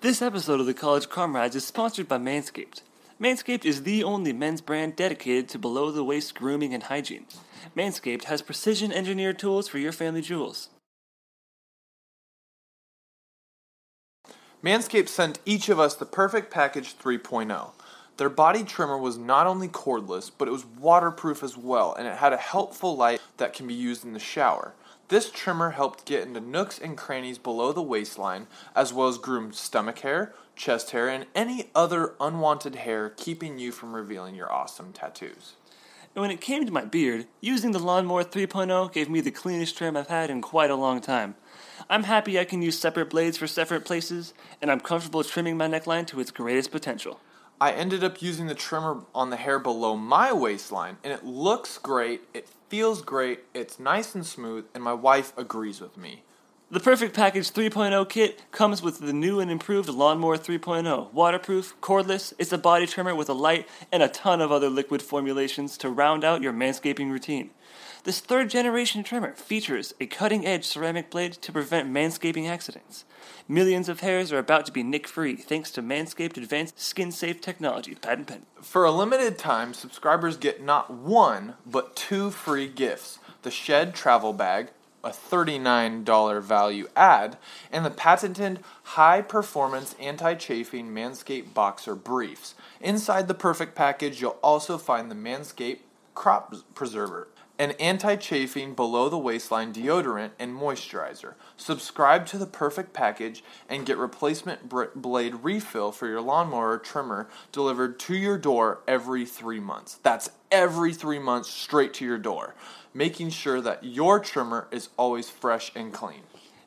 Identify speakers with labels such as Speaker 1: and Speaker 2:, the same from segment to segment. Speaker 1: This episode of the College Comrades is sponsored by Manscaped. Manscaped is the only men's brand dedicated to below the waist grooming and hygiene. Manscaped has precision engineered tools for your family jewels.
Speaker 2: Manscaped sent each of us the Perfect Package 3.0. Their body trimmer was not only cordless, but it was waterproof as well, and it had a helpful light that can be used in the shower. This trimmer helped get into nooks and crannies below the waistline, as well as groom stomach hair, chest hair, and any other unwanted hair keeping you from revealing your awesome tattoos.
Speaker 1: And when it came to my beard, using the Lawnmower 3.0 gave me the cleanest trim I've had in quite a long time. I'm happy I can use separate blades for separate places, and I'm comfortable trimming my neckline to its greatest potential.
Speaker 2: I ended up using the trimmer on the hair below my waistline, and it looks great, it feels great, it's nice and smooth, and my wife agrees with me.
Speaker 1: The Perfect Package 3.0 kit comes with the new and improved Lawnmower 3.0. Waterproof, cordless, it's a body trimmer with a light, and a ton of other liquid formulations to round out your manscaping routine. This third generation trimmer features a cutting edge ceramic blade to prevent manscaping accidents. Millions of hairs are about to be nick free thanks to Manscaped Advanced Skin Safe Technology, patent pending.
Speaker 2: For a limited time, subscribers get not one, but two free gifts the Shed Travel Bag, a $39 value add, and the patented high performance anti chafing Manscaped Boxer Briefs. Inside the perfect package, you'll also find the Manscaped Crop Preserver, an anti chafing below the waistline deodorant and moisturizer. Subscribe to the perfect package and get replacement br- blade refill for your lawnmower or trimmer delivered to your door every three months. That's every three months straight to your door, making sure that your trimmer is always fresh and clean.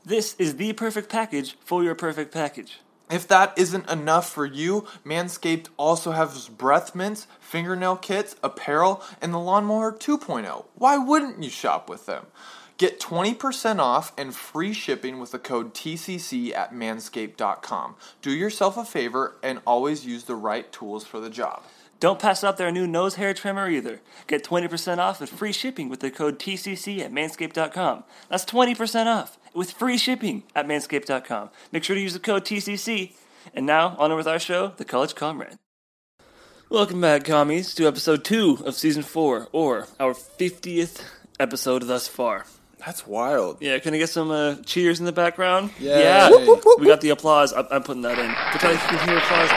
Speaker 1: This is the perfect package for your perfect package.
Speaker 2: If that isn't enough for you, Manscaped also has breath mints, fingernail kits, apparel, and the Lawnmower 2.0. Why wouldn't you shop with them? Get 20% off and free shipping with the code TCC at manscaped.com. Do yourself a favor and always use the right tools for the job.
Speaker 1: Don't pass up their new nose hair trimmer either. Get 20% off with free shipping with the code TCC at manscaped.com. That's 20% off with free shipping at manscaped.com. Make sure to use the code TCC. And now, on with our show, The College Comrade. Welcome back, commies, to episode 2 of season 4, or our 50th episode thus far.
Speaker 3: That's wild.
Speaker 1: Yeah, can I get some uh, cheers in the background?
Speaker 3: Yay.
Speaker 1: Yeah,
Speaker 3: Whoop, whoop,
Speaker 1: we got the applause. I'm, I'm putting that in. Pretend you can hear applause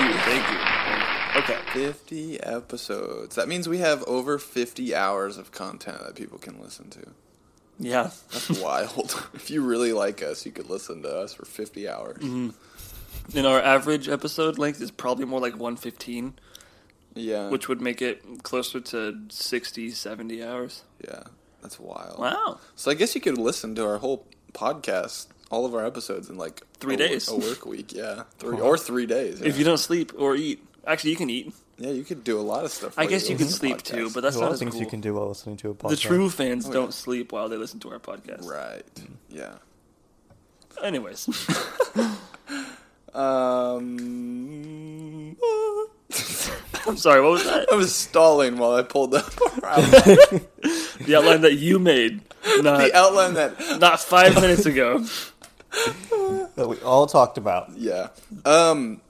Speaker 1: noise. Yes, thank you, thank you. Okay.
Speaker 3: 50 episodes. That means we have over 50 hours of content that people can listen to.
Speaker 1: Yeah,
Speaker 3: That's wild. if you really like us, you could listen to us for 50 hours.
Speaker 1: and our average episode length is probably more like 115,
Speaker 3: Yeah.
Speaker 1: which would make it closer to 60, 70 hours.
Speaker 3: yeah. That's wild.
Speaker 1: Wow.
Speaker 3: So I guess you could listen to our whole podcast, all of our episodes in like
Speaker 1: Three
Speaker 3: a wor-
Speaker 1: days.
Speaker 3: A work week, yeah. Three or 3 days. Yeah.
Speaker 1: If you don't sleep or eat, actually, you can eat.
Speaker 3: yeah, you could do a lot of stuff.
Speaker 1: I
Speaker 3: while
Speaker 1: guess you can
Speaker 3: listen to
Speaker 1: sleep
Speaker 3: Oh, podcasts. Oh,
Speaker 1: too, but that's
Speaker 4: There's a lot
Speaker 1: not
Speaker 4: of
Speaker 1: as
Speaker 4: things
Speaker 1: cool.
Speaker 4: you can do while listening to a podcast.
Speaker 1: the true fans
Speaker 3: yeah.
Speaker 1: don't sleep while they listen to our podcast.
Speaker 3: Right.
Speaker 1: Mm.
Speaker 3: Yeah.
Speaker 1: Anyways,
Speaker 3: Um
Speaker 1: I'm sorry. What was that?
Speaker 3: I was stalling while I pulled up
Speaker 1: The outline that you made, not
Speaker 3: the outline that
Speaker 1: not five minutes ago.
Speaker 4: that we all talked about.
Speaker 3: Yeah. Um,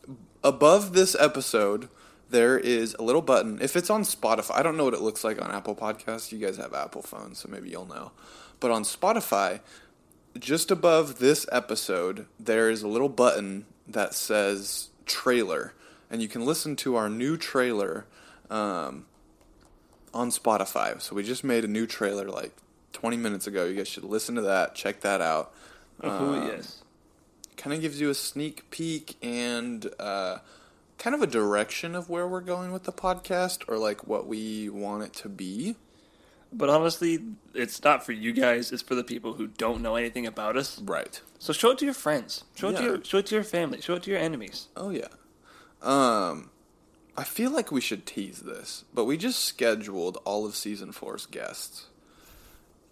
Speaker 3: above this episode, there is a little button. If it's on Spotify, I don't know what it looks like on Apple Podcasts. You guys have Apple phones, so maybe you'll know. But on Spotify, just above this episode, there is a little button that says trailer, and you can listen to our new trailer um, on Spotify. So we just made a new trailer like 20 minutes ago. You guys should listen to that, check that out Uh.
Speaker 1: oh yes.
Speaker 3: kind of gives you a sneak peek and uh, kind of a direction of where we're going with the podcast or like what we want it to be.
Speaker 1: But honestly, it's not for you guys. It's for the people who don't know anything about us.
Speaker 3: Right.
Speaker 1: So show it to your friends. Show it to
Speaker 3: Yeah.
Speaker 1: your show it to your family. Show it to your enemies.
Speaker 3: Oh yeah. Um, I feel like we should tease this, but we just scheduled all of season four's guests,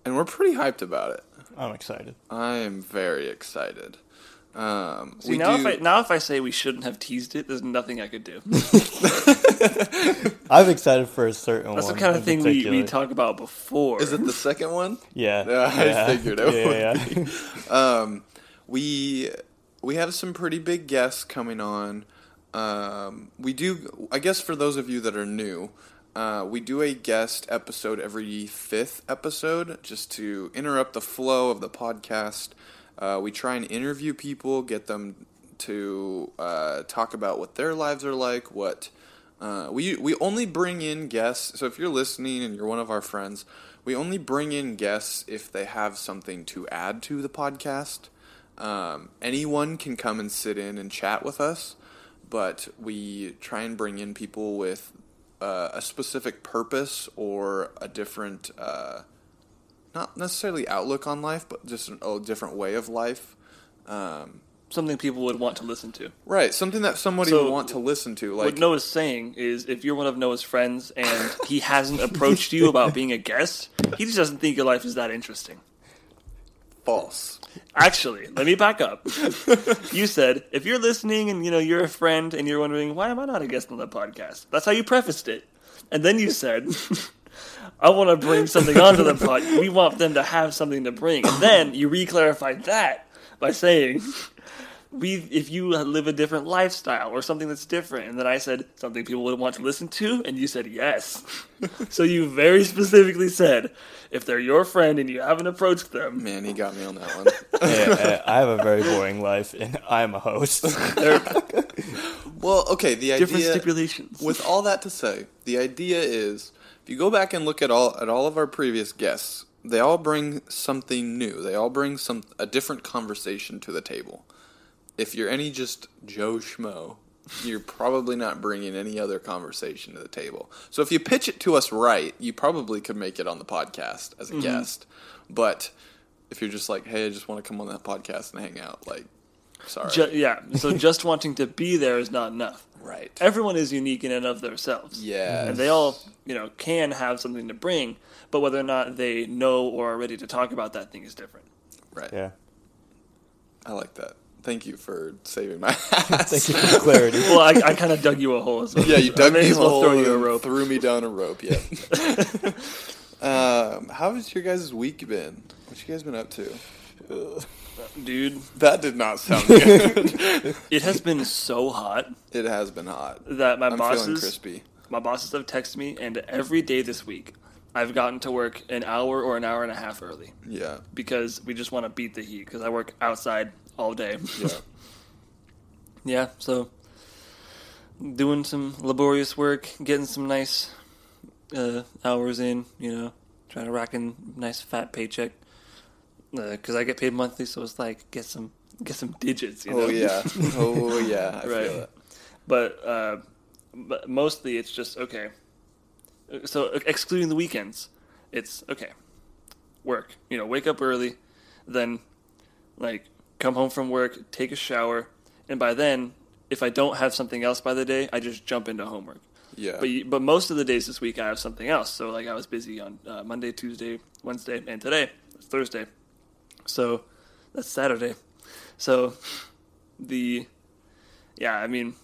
Speaker 3: and we're pretty hyped about it.
Speaker 4: I'm excited.
Speaker 3: I am very excited. Um,
Speaker 1: See now if I now if I say we shouldn't have teased it, there's nothing I could do.
Speaker 4: I'm excited for a certain
Speaker 1: That's
Speaker 4: one.
Speaker 1: the kind
Speaker 4: in
Speaker 1: of thing we, we
Speaker 4: particular.
Speaker 1: talk about before.
Speaker 3: is it the second one?
Speaker 4: Yeah.
Speaker 3: Yeah, I figured it
Speaker 4: Yeah, yeah, yeah.
Speaker 3: um, we we we have some pretty big guests coming on. Um, we do, I guess, for those of you that are new, uh, we do a guest episode every fifth episode just to interrupt the flow of the podcast. Uh, we try and interview people, get them to uh, talk about what their lives are like, what uh, we we only bring in guests. So if you're listening and you're one of our friends, we only bring in guests if they have something to add to the podcast. Um, anyone can come and sit in and chat with us, but we try and bring in people with uh, a specific purpose or a different, uh, not necessarily outlook on life, but just an, a different way of life. Um,
Speaker 1: Something people would want to listen to.
Speaker 3: Right, something that somebody
Speaker 1: So,
Speaker 3: would want to listen to. Like
Speaker 1: what Noah's saying is if you're one of Noah's friends and he hasn't approached you about being a guest, he just doesn't think your life is that interesting.
Speaker 3: false.
Speaker 1: Actually, let me back up. you said if you're listening and you know you're a friend and you're wondering why am I not a guest on the podcast? That's how you prefaced it. And then you said I want to bring something onto the pod. We want them to have something to bring. And then you reclarified that by saying we if you live a different lifestyle or something that's different. And then I said something people would want to listen to and you said yes. so you very specifically said if they're your friend and you haven't approached them
Speaker 3: Man, he got me on that one.
Speaker 4: Yeah, yeah, I have a very boring life, and I'm a host.
Speaker 3: Well, okay, the uh,
Speaker 1: different
Speaker 3: idea
Speaker 1: stipulations.
Speaker 3: with all that to say, the idea is if you go back and look at all at all of our previous guests, they all bring something new. They all bring some a different conversation to the table. If you're any just Joe Schmo, you're probably not bringing any other conversation to the table. So if you pitch it to us right, you probably could make it on the podcast
Speaker 1: Mm-hmm.
Speaker 3: as a guest. But if you're just like, "Hey, I just want to come on that podcast and hang out," like, sorry,
Speaker 1: Ju- yeah, so just wanting to be there is not enough.
Speaker 3: right?
Speaker 1: Everyone is unique in and of themselves.
Speaker 3: Yes.
Speaker 1: And they all, you know, can have something to bring, but whether or not they know or are ready to talk about that thing is different.
Speaker 3: right.
Speaker 4: Yeah.
Speaker 3: I like that. Thank you for saving my ass.
Speaker 4: Thank you for the clarity.
Speaker 1: Well, I, I kind of dug you a hole as well.
Speaker 3: Yeah, you
Speaker 1: I
Speaker 3: dug
Speaker 1: may
Speaker 3: me a
Speaker 1: as well
Speaker 3: hole
Speaker 1: throw you a
Speaker 3: and
Speaker 1: rope.
Speaker 3: threw me down a rope. Yeah. um, how has your guys' week been? What you guys been up to?
Speaker 1: Dude,
Speaker 3: That did not sound good.
Speaker 1: it has been so hot
Speaker 3: it has been hot.
Speaker 1: that my
Speaker 3: I'm feeling
Speaker 1: bosses
Speaker 3: crispy.
Speaker 1: my bosses have texted me and every day this week I've gotten to work an hour or an hour and a half early
Speaker 3: Yeah.
Speaker 1: because we just want to beat the heat because I work outside all day.
Speaker 3: Yeah.
Speaker 1: Yeah, so doing some laborious work, getting some nice uh, hours in, you know, trying to rack in nice fat paycheck. Because I get paid monthly, so it's like get some get some digits. You know?
Speaker 3: Oh yeah. Oh yeah. I
Speaker 1: Right.
Speaker 3: feel it.
Speaker 1: But uh, but mostly it's just okay. So excluding the weekends, it's okay. Work, you know, wake up early, then like come home from work, take a shower, and by then, if I don't have something else by the day, I just jump into homework.
Speaker 3: Yeah.
Speaker 1: But you, but most of the days this week I have something else. So like I was busy on uh, Monday, Tuesday, Wednesday, and today it's Thursday. So that's Saturday. So the yeah, I mean,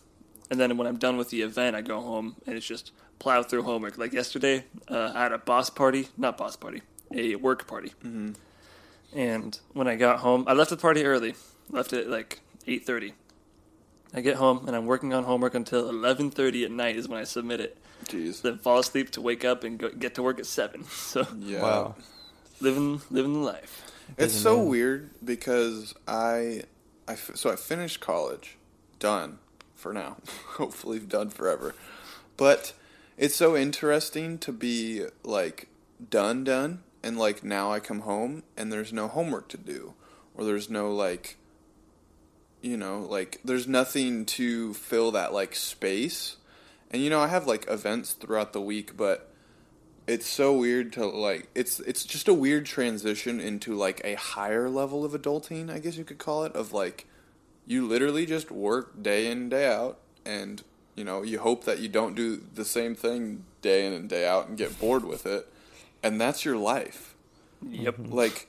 Speaker 1: and then when I'm done with the event, I go home and it's just plow through homework. Like yesterday, uh, I had a boss party, not boss party, a work party. And when I got home, I left the party early. Left at like eight thirty. I get home and I'm working on homework until eleven thirty at night is when I submit it.
Speaker 3: Jeez.
Speaker 1: Then fall asleep to wake up and go, get to work at seven. So
Speaker 3: yeah.
Speaker 4: Wow.
Speaker 1: living living the life.
Speaker 3: It's
Speaker 4: Busy
Speaker 3: so
Speaker 4: man.
Speaker 3: weird because I, I f- so I finished college, done for now. Hopefully, done forever. But it's so interesting to be like done, done, and like now I come home and there's no homework to do, or there's no like, you know, like there's nothing to fill that like space. And you know, I have like events throughout the week, but it's so weird to like it's it's just a weird transition into like a higher level of adulting i guess you could call it of like you literally just work day in day out and you know you hope that you don't do the same thing day in and day out and get bored with it and that's your life
Speaker 1: Yep.
Speaker 3: like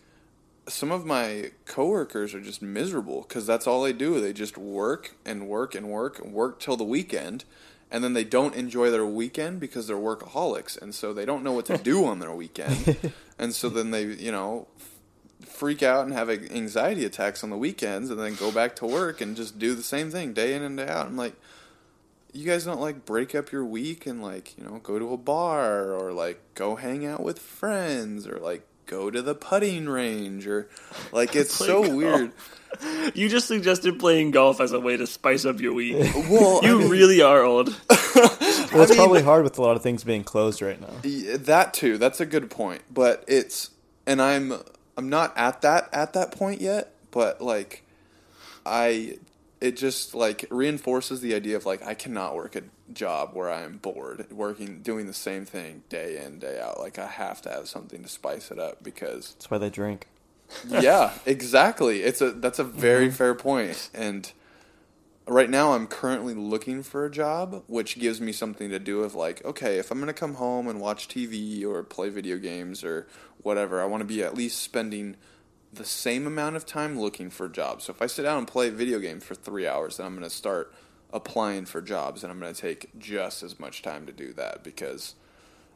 Speaker 3: some of my coworkers are just miserable because that's all they do they just work and work and work and work till the weekend and then they don't enjoy their weekend because they're workaholics and so they don't know what to do on their weekend and so then they you know f- freak out and have a- anxiety attacks on the weekends and then go back to work and just do the same thing day in and day out. I'm like, you guys don't like break up your week and like, you know, go to a bar or like go hang out with friends or like go to the putting range or like it's
Speaker 1: Play
Speaker 3: so
Speaker 1: golf.
Speaker 3: weird.
Speaker 1: You just suggested playing golf as a way to spice up your week.
Speaker 3: Well, I
Speaker 1: You
Speaker 3: mean-
Speaker 1: really are old.
Speaker 4: Well, it's probably hard with a lot of things being closed right now.
Speaker 3: Yeah, that too that's a good point but it's and i'm i'm not at that at that point yet but like i it just like reinforces the idea of like i cannot work a job where i'm bored working doing the same thing day in day out like i have to have something to spice it up because
Speaker 4: That's why they drink.
Speaker 3: yeah exactly it's a that's a very fair point and right now i'm currently looking for a job which gives me something to do of like okay if i'm going to come home and watch tv or play video games or whatever i want to be at least spending the same amount of time looking for jobs so if i sit down and play video games for three hours then i'm going to start applying for jobs and i'm going to take just as much time to do that because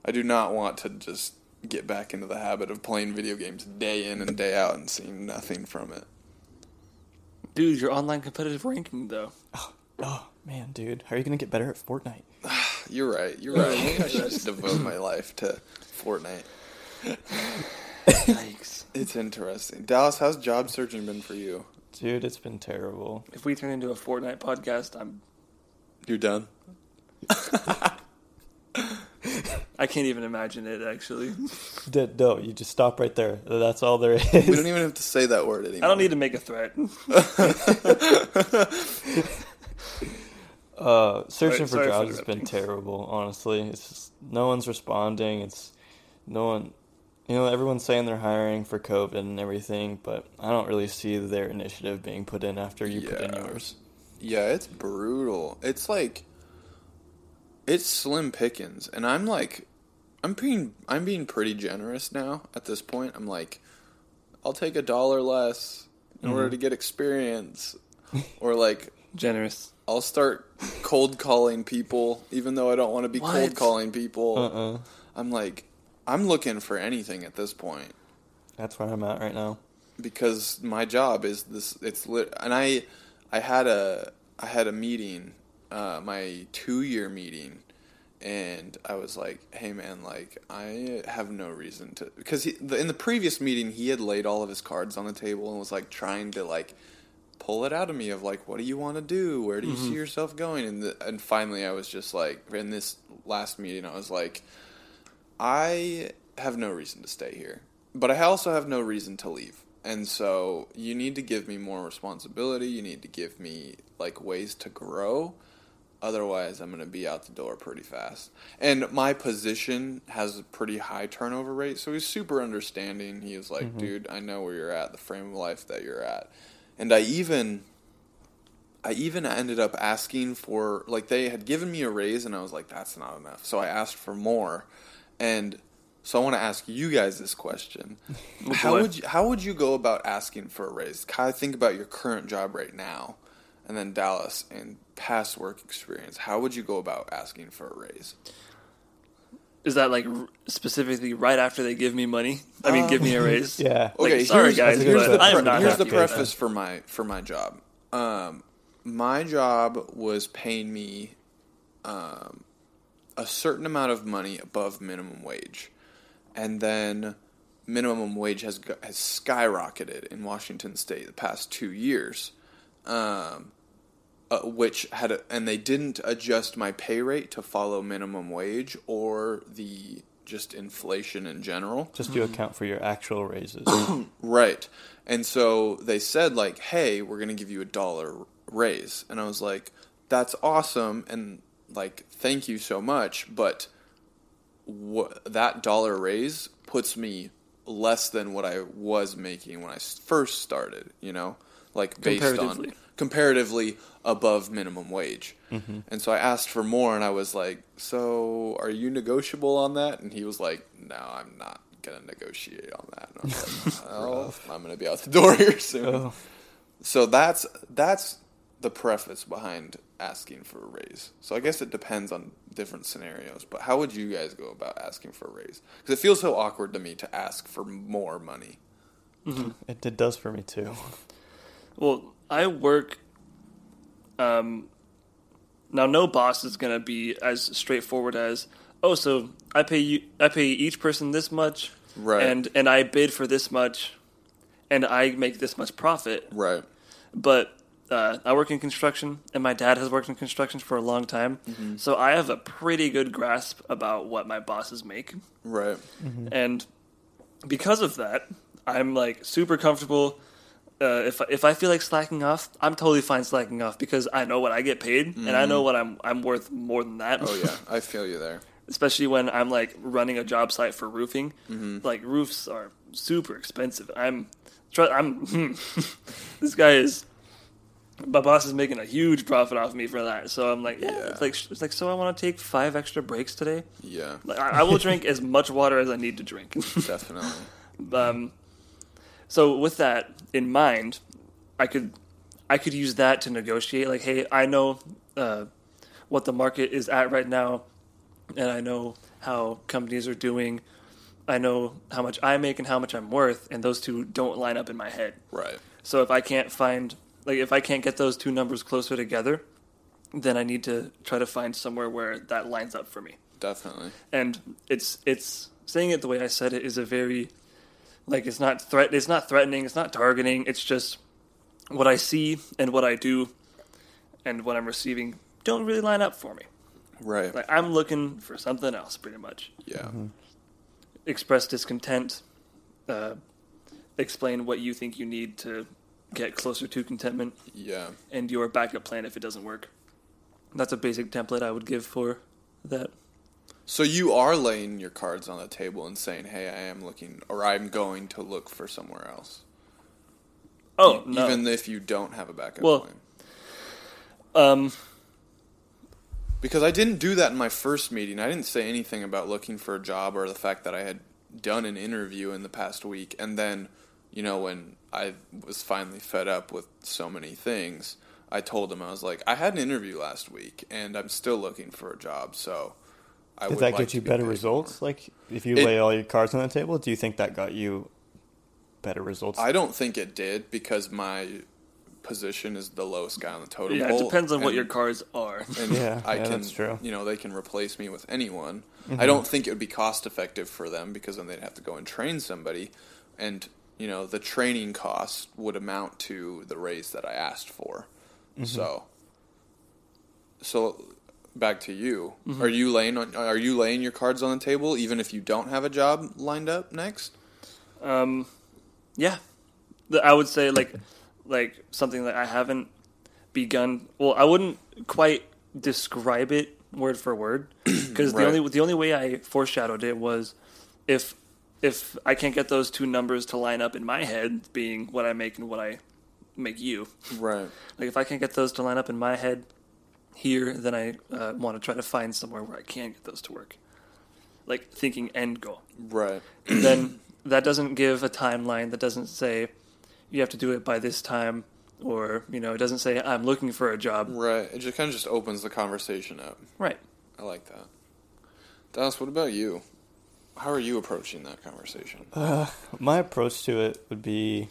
Speaker 3: I do not want to just get back into the habit of playing video games day in and day out and seeing nothing from it.
Speaker 1: Dude, your online competitive ranking, though.
Speaker 4: Oh man, dude, how are you gonna get better at Fortnite?
Speaker 3: You're right. You're right. I should just devote my life to Fortnite.
Speaker 1: Yikes.
Speaker 3: It's interesting. Dallas, how's job searching been for you?
Speaker 4: Dude, it's been terrible.
Speaker 1: If we turn into a Fortnite podcast, I'm
Speaker 3: You're done.
Speaker 1: I can't even imagine it actually.
Speaker 4: D- no, you just stop right there. That's all there
Speaker 3: We don't
Speaker 4: is.
Speaker 3: even have to say that word anymore.
Speaker 1: I don't need to make a threat.
Speaker 4: Uh,
Speaker 1: Sorry- sorry
Speaker 4: searching for
Speaker 1: for
Speaker 4: jobs has been
Speaker 1: interrupting.
Speaker 4: terrible. Honestly, it's just, no one's responding. It's no one. You know, everyone's saying they're hiring for COVID and everything, but I don't really see their initiative being put in after you put in
Speaker 3: Yeah.
Speaker 4: yours.
Speaker 3: Yeah, it's brutal. It's like it's slim pickings, and I'm like, I'm being I'm being pretty generous now at this point. I'm like, I'll take a dollar less in
Speaker 4: Mm-hmm.
Speaker 3: order to get experience, or like
Speaker 1: Generous.
Speaker 3: I'll start cold calling people, even though I don't want to be cold
Speaker 1: What?
Speaker 3: calling people.
Speaker 4: Uh-uh.
Speaker 3: I'm like, I'm looking for anything at this point
Speaker 4: That's where I'm at right now.
Speaker 3: because my job is this it's lit and i i had a i had a meeting uh my two year meeting and i was like hey man like i have no reason to because he, the, in the previous meeting he had laid all of his cards on the table and was like trying to like pull it out of me of like what do you want to do where do you see yourself going and the, and finally i was just like in this last meeting i was like I have no reason to stay here, but I also have no reason to leave. And so you need to give me more responsibility. You need to give me like ways to grow. Otherwise, I'm going to be out the door pretty fast. And my position has a pretty high turnover rate, so he's super understanding. He is like, "Dude, I know where you're at, the frame of life that you're at." And I even I even ended up asking for like they had given me a raise and I was like that's not enough. So I asked for more. And so I want to ask you guys this question. how
Speaker 1: boy.
Speaker 3: would you, how would you go about asking for a raise? Kind of think about your current job right now and then Dallas and past work experience. How would you go about asking for a raise?
Speaker 1: Is that like r- specifically right after they give me money? I mean, give me a raise.
Speaker 4: Yeah.
Speaker 1: Like,
Speaker 3: Okay,
Speaker 1: sorry
Speaker 3: here's,
Speaker 1: guys,
Speaker 3: here's
Speaker 1: but
Speaker 3: the,
Speaker 1: I am
Speaker 3: pre-
Speaker 1: not
Speaker 3: here's the
Speaker 1: happy with
Speaker 3: preface for my for my job. Um, my job was paying me um, a certain amount of money above minimum wage, and then minimum wage has go- has skyrocketed in Washington State the past two years uh, which had a, and they didn't adjust my pay rate to follow minimum wage or the just inflation in general.
Speaker 4: Just to account for your actual raises.
Speaker 3: Right. And so they said like, "Hey, we're going to give you a dollar raise." And I was like, "That's awesome and like thank you so much, but wha- that dollar raise puts me less than what I was making when I s- first started, you know? Like based on
Speaker 1: Comparatively.
Speaker 3: comparatively above minimum wage. And so I asked for more and I was like, "So, are you negotiable on that?" And he was like, "No, I'm not going to negotiate on that." And I was like, "Well, I'm going to be out the door here soon."
Speaker 4: Oh.
Speaker 3: So that's that's the preface behind asking for a raise. So I guess it depends on different scenarios, but how would you guys go about asking for a raise? Cuz it feels so awkward to me to ask for more money.
Speaker 4: It, it does for me too.
Speaker 1: Well, I work. Um, now, no boss is going to be as straightforward as, oh, so I pay you, I pay each person this much,
Speaker 3: Right.
Speaker 1: And and I bid for this much, and I make this much profit.
Speaker 3: Right.
Speaker 1: But uh, I work in construction, and my dad has worked in construction for a long time, so I have a pretty good grasp about what my bosses make.
Speaker 3: Right.
Speaker 1: And because of that, I'm like super comfortable. Uh, if if I feel like slacking off, I'm totally fine slacking off because I know what I get paid and I know what I'm I'm worth more than that.
Speaker 3: Mm-hmm. Oh yeah, I feel you there.
Speaker 1: Especially when I'm like running a job site for roofing,
Speaker 3: Mm-hmm.
Speaker 1: like roofs are super expensive. I'm, tr- I'm this guy is. My boss is making a huge profit off me for that, so I'm like, yeah,
Speaker 3: Yeah.
Speaker 1: it's like it's like so. I want to take five extra breaks today.
Speaker 3: Yeah,
Speaker 1: Like, I, I will drink as much water as I need to drink.
Speaker 3: definitely.
Speaker 1: Um, so with that in mind, I could I could use that to negotiate. Like, hey, I know uh, what the market is at right now, and I know how companies are doing. I know how much I make and how much I'm worth, and those two don't line up in my head.
Speaker 3: Right.
Speaker 1: So if I can't find like if I can't get those two numbers closer together, then I need to try to find somewhere where that lines up for me
Speaker 3: Definitely.
Speaker 1: and it's it's saying it the way I said it is a very like it's not threat it's not threatening it's not targeting it's just what I see and what I do and what I'm receiving don't really line up for me
Speaker 3: Right.
Speaker 1: like I'm looking for something else pretty much
Speaker 3: yeah.
Speaker 1: express discontent uh, explain what you think you need to get closer to contentment
Speaker 3: Yeah.
Speaker 1: and your backup plan if it doesn't work that's a basic template I would give for that
Speaker 3: So you are laying your cards on the table and saying, "Hey, I am looking, or I'm going to look for somewhere else,"
Speaker 1: oh no
Speaker 3: even if you don't have a backup
Speaker 1: Well-
Speaker 3: plan.
Speaker 1: um
Speaker 3: Because I didn't do that in my first meeting. I didn't say anything about looking for a job or the fact that I had done an interview in the past week. And then, you know, when I was finally fed up with so many things, I told him I was like, I had an interview last week, and I'm still looking for a job. So, I
Speaker 4: Did
Speaker 3: would
Speaker 4: that
Speaker 3: like
Speaker 4: get
Speaker 3: to
Speaker 4: you
Speaker 3: be
Speaker 4: better
Speaker 3: paid
Speaker 4: results? Like, if you
Speaker 3: It-
Speaker 4: lay all your cards on the table, do you think that got you better results?
Speaker 3: more. I don't think it did because my position is the lowest guy on the totem
Speaker 1: yeah
Speaker 3: pole.
Speaker 1: it depends on what
Speaker 3: and-
Speaker 1: your cards are
Speaker 3: and
Speaker 4: Yeah,
Speaker 3: I
Speaker 4: yeah,
Speaker 3: can,
Speaker 4: that's true. Mm-hmm.
Speaker 3: you know, they can replace me with anyone. I don't think it would be cost effective for them because then they'd have to go and train somebody, and you know, the training cost would amount to the raise that I asked for.
Speaker 4: Mm-hmm.
Speaker 3: So, so back to you.
Speaker 4: Mm-hmm.
Speaker 3: Are you laying on, are you laying your cards on the table even if you don't have a job lined up next?
Speaker 1: Um, yeah, The- I would say like like something that I haven't begun. Well, I wouldn't quite describe it word for word because
Speaker 3: Right.
Speaker 1: the only the only way I foreshadowed it was if if I can't get those two numbers to line up in my head, being what I make and what I make you.
Speaker 3: Right.
Speaker 1: Like if I can't get those to line up in my head here, then I uh, want to try to find somewhere where I can get those to work. Like thinking end goal
Speaker 3: Right.
Speaker 1: then that doesn't give a timeline. That doesn't say you have to do it by this time, or you know, it doesn't say I'm looking for a job.
Speaker 3: Right. It just kind of just opens the conversation up.
Speaker 1: Right.
Speaker 3: I like that. Dallas, what about you? How are you approaching that conversation?
Speaker 4: Uh, my approach to it would be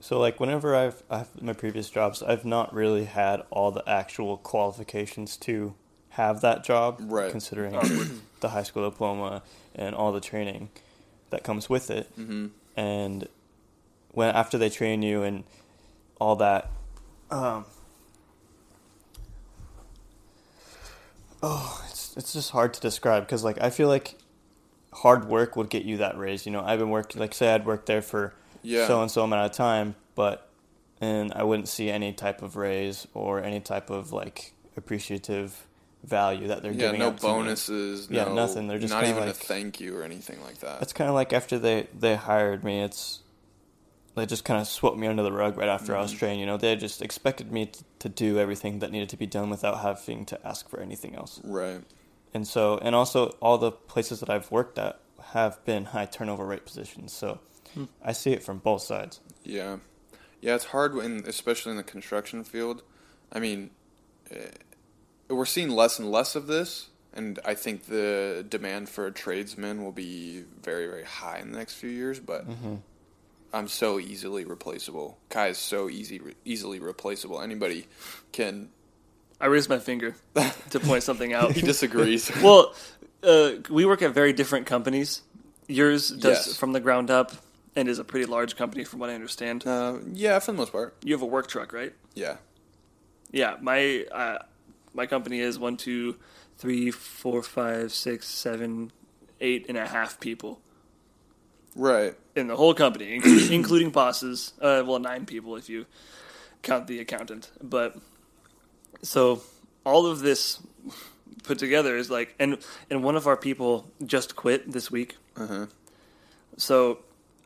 Speaker 4: so like whenever I've, I've my previous jobs i've not really had all the actual qualifications to have that job
Speaker 3: Right.
Speaker 4: considering the high school diploma and all the training that comes with it mm-hmm. and when after they train you and all that um oh it's it's just hard to describe because like i feel like hard work would get you that raise. You know, I've been working, like, say I'd worked there for
Speaker 3: Yeah.
Speaker 4: so and so amount of time, but, and I wouldn't see any type of raise or any type of, like, appreciative value that they're
Speaker 3: Yeah,
Speaker 4: giving
Speaker 3: no
Speaker 4: out to me.
Speaker 3: bonuses.
Speaker 4: Yeah,
Speaker 3: no,
Speaker 4: nothing. They're just
Speaker 3: not
Speaker 4: kinda
Speaker 3: even a
Speaker 4: like-
Speaker 3: thank you or anything like that.
Speaker 4: That's kind of like after they, they hired me, it's, they just kind of swept me under the rug right after I
Speaker 3: Mm-hmm.
Speaker 4: was trained. You know, they just expected me to, to do everything that needed to be done without having to ask for anything else.
Speaker 3: right.
Speaker 4: and so and also all the places that I've worked at have been high turnover rate positions. So I see it from both sides.
Speaker 3: Yeah, yeah. It's hard when, especially in the construction field. I mean, eh, we're seeing less and less of this, and I think the demand for tradesmen will be very, very high in the next few years. But I'm so easily replaceable. Kai is so easy, easily replaceable. Anybody can.
Speaker 1: I raised my finger to point something out.
Speaker 3: He disagrees.
Speaker 1: well, uh, we work at very different companies. Yours does
Speaker 3: Yes.
Speaker 1: from the ground up and is a pretty large company, from what I understand.
Speaker 3: uh, yeah, for the most part.
Speaker 1: You have a work truck, right?
Speaker 3: Yeah.
Speaker 1: Yeah, my uh, my company is one, two, three, four, five, six, seven, eight and a half people
Speaker 3: Right.
Speaker 1: in the whole company, inclu- including bosses. Uh, well, nine people if you count the accountant. But so all of this put together is like, and and one of our people just quit this week. So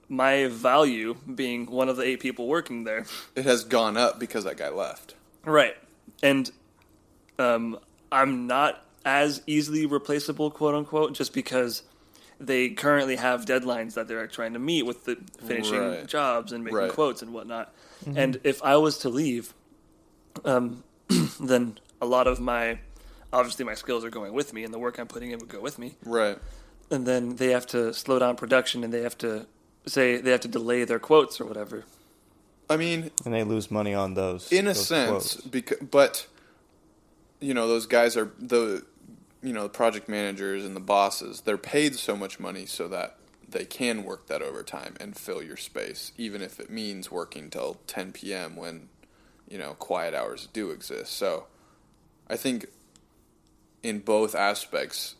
Speaker 1: my value being one of the eight people working there,
Speaker 3: It has gone up because that guy left.
Speaker 1: right? And um, I'm not as easily replaceable, quote unquote, just because. They currently have deadlines that they're trying to meet with the finishing
Speaker 3: Right.
Speaker 1: jobs and making
Speaker 3: Right.
Speaker 1: quotes and whatnot. And if I was to leave, um, then a lot of my obviously my skills are going with me, and the work I'm putting in would go with me.
Speaker 3: Right.
Speaker 1: And then they have to slow down production, and they have to say they have to delay their quotes or whatever.
Speaker 3: I mean,
Speaker 4: and they lose money on those.
Speaker 3: in a
Speaker 4: those
Speaker 3: sense,
Speaker 4: quotes.
Speaker 3: because but you know those guys are the you know the project managers and the bosses. They're paid so much money so that they can work that overtime and fill your space, even if it means working till 10 p.m. when you know quiet hours do exist. So I think in both aspects,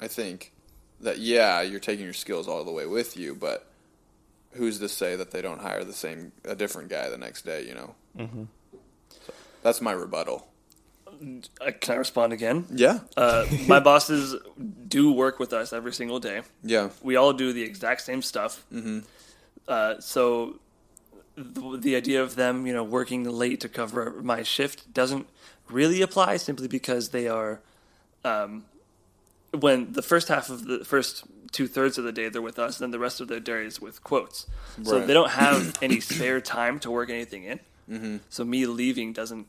Speaker 3: I think that yeah, you're taking your skills all the way with you, but who's to say that they don't hire the same a different guy the next day? You know, mm-hmm. that's my rebuttal.
Speaker 1: Uh, can I respond again?
Speaker 3: Yeah,
Speaker 1: Uh, my bosses do work with us every single day.
Speaker 3: yeah,
Speaker 1: we all do the exact same stuff. Mm-hmm. Uh, so the, the idea of them, you know, working late to cover my shift doesn't really apply simply because they are, um, when the first half of the first two thirds of the day they're with us, then the rest of their day is with quotes. So
Speaker 3: Right.
Speaker 1: they don't have any spare time to work anything in. Mm-hmm. So me leaving doesn't.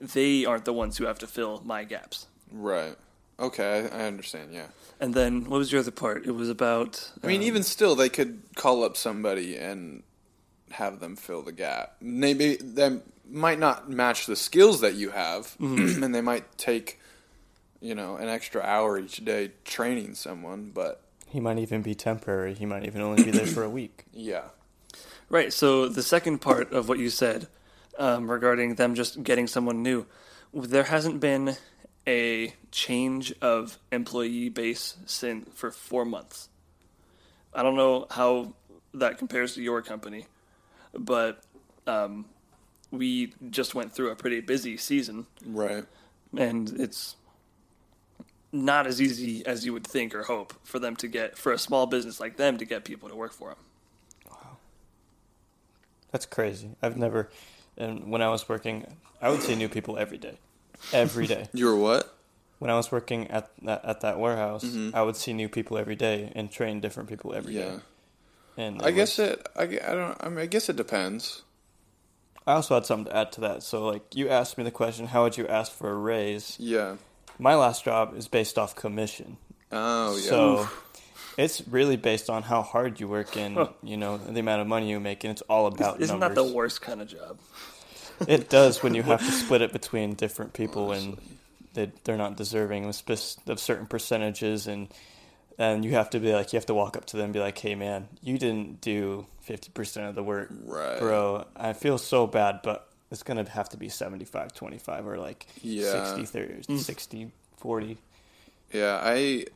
Speaker 1: They aren't the ones who have to fill my gaps.
Speaker 3: right. Okay, I, I understand. Yeah,
Speaker 1: And then what was your other part? It was about. uh,
Speaker 3: I mean, even still, they could call up somebody and have them fill the gap. Maybe they might not match the skills that you have, and they might take you know an extra hour each day training someone. But
Speaker 4: he might even be temporary. He might even only be there for a week.
Speaker 3: yeah,
Speaker 1: Right. So the second part of what you said um, regarding them just getting someone new, there hasn't been a change of employee base since for four months. I don't know how that compares to your company, but um, we just went through a pretty busy season,
Speaker 3: right.
Speaker 1: and it's not as easy as you would think or hope for them to get for a small business like them to get people to work for them.
Speaker 4: That's crazy. I've never, and when I was working, I would see new people every day, every day.
Speaker 3: You were what?
Speaker 4: When I was working at that, at that warehouse,
Speaker 3: Mm-hmm.
Speaker 4: I would see new people every day and train different people every day.
Speaker 3: Yeah.
Speaker 4: And
Speaker 3: I guess
Speaker 4: was-
Speaker 3: it. I, gue- I don't. I mean, I guess it depends.
Speaker 4: I also had something to add to that. So, like, you asked me the question, how would you ask for a raise?
Speaker 3: Yeah.
Speaker 4: My last job is based off commission.
Speaker 3: Oh yeah.
Speaker 4: So it's really based on how hard you work and you know the amount of money you make, and it's all about
Speaker 1: Isn't
Speaker 4: numbers.
Speaker 1: that the worst kind of job?
Speaker 4: It does when you have to split it between different people and they, they're not deserving of, spec- of certain percentages, and and you have to be like you have to walk up to them and be like, hey man, you didn't do fifty percent of the work,
Speaker 3: Right.
Speaker 4: bro. I feel so bad, but it's gonna have to be 75-25 or like
Speaker 3: Yeah. Hmm.
Speaker 4: 60-30, 60-40.
Speaker 3: Yeah, I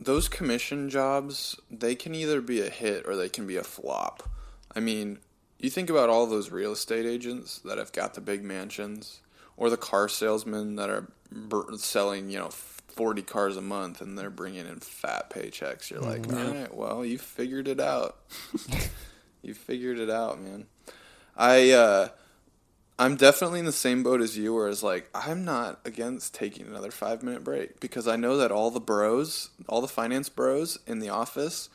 Speaker 3: those commission jobs, they can either be a hit or they can be a flop. I mean, you think about all those real estate agents that have got the big mansions or the car salesmen that are br- selling, you know, 40 cars a month and they're bringing in fat paychecks. You're like, "All right, well, you figured it out." you figured it out, man. I uh I'm definitely in the same boat as you, where it's like, I'm not against taking another five minute break because I know that all the bros, all the finance bros in the office,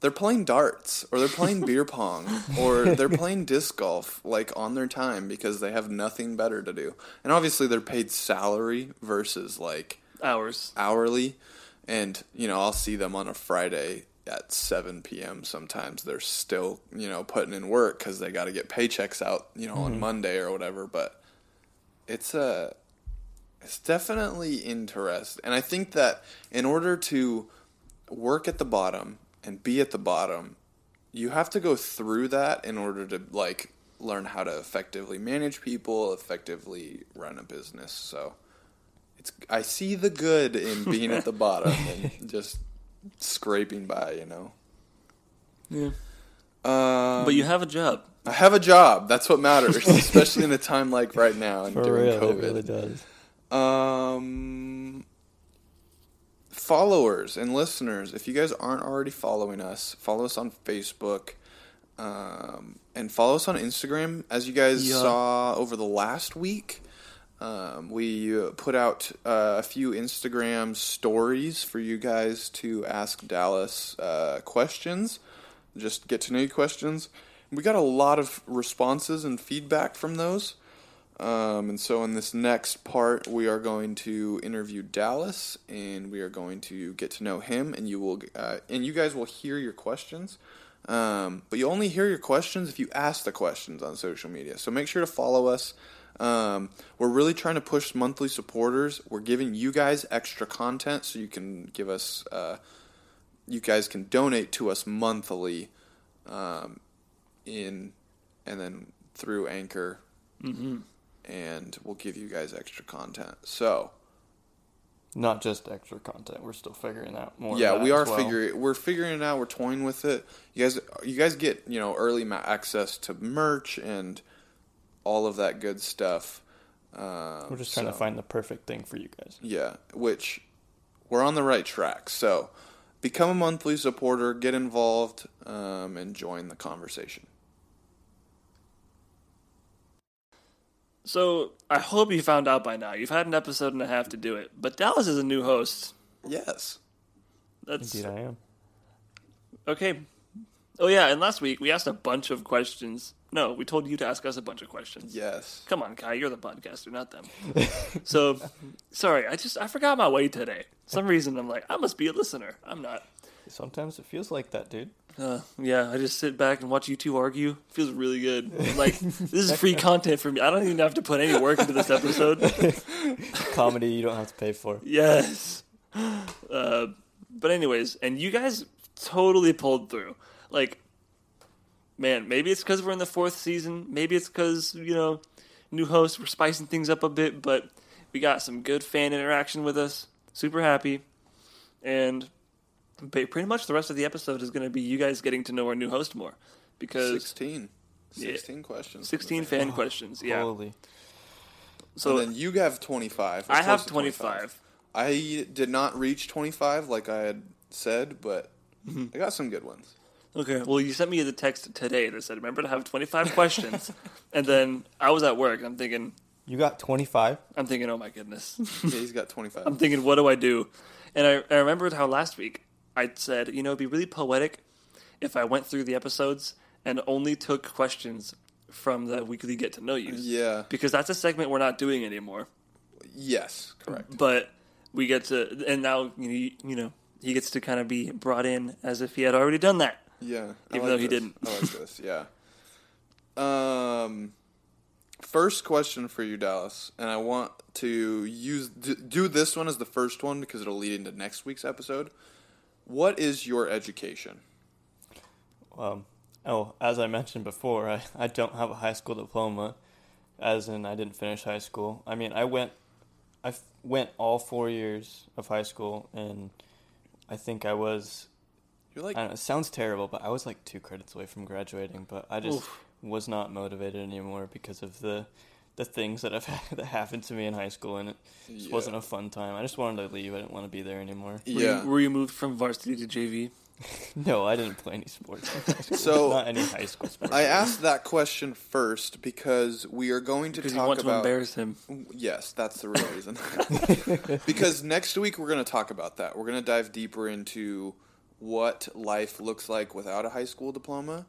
Speaker 3: they're playing darts or they're playing beer pong or they're playing disc golf like on their time because they have nothing better to do. And obviously, they're paid salary versus like
Speaker 1: Hours.
Speaker 3: hourly and you know i'll see them on a friday at 7 p.m. sometimes they're still, you know, putting in work cuz they got to get paychecks out, you know, on Monday or whatever, but it's a it's definitely interest. And I think that in order to work at the bottom and be at the bottom, you have to go through that in order to like learn how to effectively manage people, effectively run a business. So it's I see the good in being at the bottom and just scraping by, you know.
Speaker 1: Yeah.
Speaker 3: Um,
Speaker 1: But you have a job.
Speaker 3: I have a job. That's what matters, especially in a time like right now and
Speaker 4: For
Speaker 3: during
Speaker 4: real,
Speaker 3: COVID.
Speaker 4: it really does.
Speaker 3: Um, followers and listeners, if you guys aren't already following us, follow us on Facebook. Um, and follow us on Instagram. As you guys
Speaker 1: Yeah.
Speaker 3: saw over the last week, um, we uh, put out uh, a few Instagram stories for you guys to ask Dallas uh, questions, just get to know you questions. We got a lot of responses and feedback from those. Um, and so in this next part, we are going to interview Dallas, and we are going to get to know him, and you will, uh, and you guys will hear your questions. Um, but you only hear your questions if you ask the questions on social media. So make sure to follow us. Um, we're really trying to push monthly supporters. We're giving you guys extra content, so you can give us, uh, you guys can donate to us monthly, um, in, and then through Anchor and we'll give you guys extra content. So
Speaker 4: Not just extra content. We're still figuring out more. of
Speaker 3: yeah,
Speaker 4: that
Speaker 3: we are
Speaker 4: as well.
Speaker 3: figuring we're figuring it out. We're toying with it. You guys, you guys get you know early ma- access to merch and all of that good stuff. Um,
Speaker 4: We're just trying to
Speaker 3: so-
Speaker 4: find the perfect thing for you guys.
Speaker 3: Yeah, which we're on the right track. So become a monthly supporter, get involved, um, and join the conversation.
Speaker 1: So I hope you found out by now. You've had an episode and a half to do it. But Dallas is a new host.
Speaker 3: Yes.
Speaker 1: That's
Speaker 4: Indeed, I am.
Speaker 1: okay. Oh yeah, and last week we asked a bunch of questions. No, we told you to ask us a bunch of questions.
Speaker 3: Yes.
Speaker 1: Come on, Kai, you're the podcaster, not them. so sorry, I just I forgot my way today. some reason I'm like, I must be a listener. I'm not.
Speaker 4: Sometimes it feels like that, dude.
Speaker 1: Uh, yeah, I just sit back and watch you two argue. Feels really good. I'm Like this is free content for me. I don't even have to put any work into this episode.
Speaker 4: Comedy you don't have to pay for.
Speaker 1: Yes. Uh, but anyways, and you guys totally pulled through. Like, man, maybe it's because we're in the fourth season. Maybe it's because you know, new hosts. We're spicing things up a bit, but we got some good fan interaction with us. Super happy, and ba- pretty much the rest of the episode is going to be you guys getting to know our new host more because.
Speaker 3: Sixteen.
Speaker 1: Yeah.
Speaker 3: Sixteen questions.
Speaker 1: 16 fan questions, yeah.
Speaker 4: Holy.
Speaker 1: so
Speaker 3: Oh. and then you have twenty five.
Speaker 1: I have 25.
Speaker 3: I did not reach 25 like I had said, but
Speaker 1: Mm-hmm.
Speaker 3: I got some good ones.
Speaker 1: Okay. Well, you sent me the text today that said, "Remember to have 25 questions," and then I was at work. I'm thinking,
Speaker 4: You got 25?
Speaker 1: I'm thinking, oh my goodness.
Speaker 3: Yeah, he's got 25.
Speaker 1: I'm thinking, what do I do? And I, I remembered how last week I said, you know, it'd be really poetic if I went through the episodes and only took questions from the weekly get to know you.
Speaker 3: Yeah.
Speaker 1: Because that's a segment we're not doing anymore.
Speaker 3: Yes, correct.
Speaker 1: But we get to, and now you you know he gets to kind of be brought in as if he had already done that.
Speaker 3: Yeah. I
Speaker 1: Mm. Even though he
Speaker 3: this.
Speaker 1: didn't.
Speaker 3: I like this, yeah. Um, first question for you, Dallas, and I want to use d- do this one as the first one because it'll lead into next week's episode. What is your education?
Speaker 4: Um, oh, as I mentioned before, I, I don't have a high school diploma, as in I didn't finish high school. I mean, I went, I f- went all four years of high school, and I think I was.
Speaker 3: You're
Speaker 4: I
Speaker 1: Uh,
Speaker 3: like
Speaker 4: don't know, it sounds terrible, but I was like two credits away from graduating. But I just was not motivated anymore because of the, the things that have that happened to me in high school, and it just
Speaker 3: Yeah.
Speaker 4: wasn't a fun time. I just wanted to leave. I didn't want to be there anymore.
Speaker 1: Were you-
Speaker 3: yeah.
Speaker 1: were you moved from varsity to JV?
Speaker 4: No, I didn't play any sports. in high school.
Speaker 3: So-
Speaker 4: not any high school sports.
Speaker 3: I asked that question first because we are going to
Speaker 1: Because you
Speaker 3: talk
Speaker 1: want to
Speaker 3: about
Speaker 1: embarrass him.
Speaker 3: Yes, that's the real reason. because next week we're going to talk about that. We're going to dive deeper into what life looks like without a high school diploma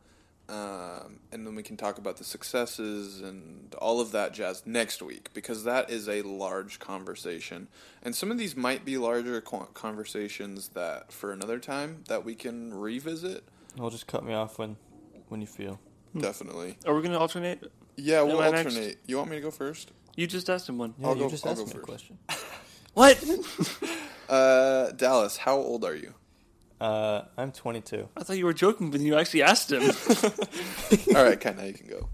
Speaker 3: um, and then we can talk about the successes and all of that jazz next week because that is a large conversation, and some of these might be larger co- conversations that for another time that we can revisit.
Speaker 4: Well, just cut me off when when you feel.
Speaker 3: Definitely,
Speaker 1: Are we going to alternate?
Speaker 3: yeah, we'll
Speaker 1: I next?
Speaker 3: alternate. You want me to go first?
Speaker 1: You just asked him one.
Speaker 4: Yeah,
Speaker 3: I'll
Speaker 4: you
Speaker 3: go-
Speaker 4: just
Speaker 3: I'll
Speaker 4: asked
Speaker 3: go
Speaker 4: me a
Speaker 3: first.
Speaker 4: question.
Speaker 1: What?
Speaker 3: Uh, Dallas, how old are you?
Speaker 4: Uh, I'm 22.
Speaker 1: I thought you were joking, but you actually asked him.
Speaker 3: All right, Ken, now you can go.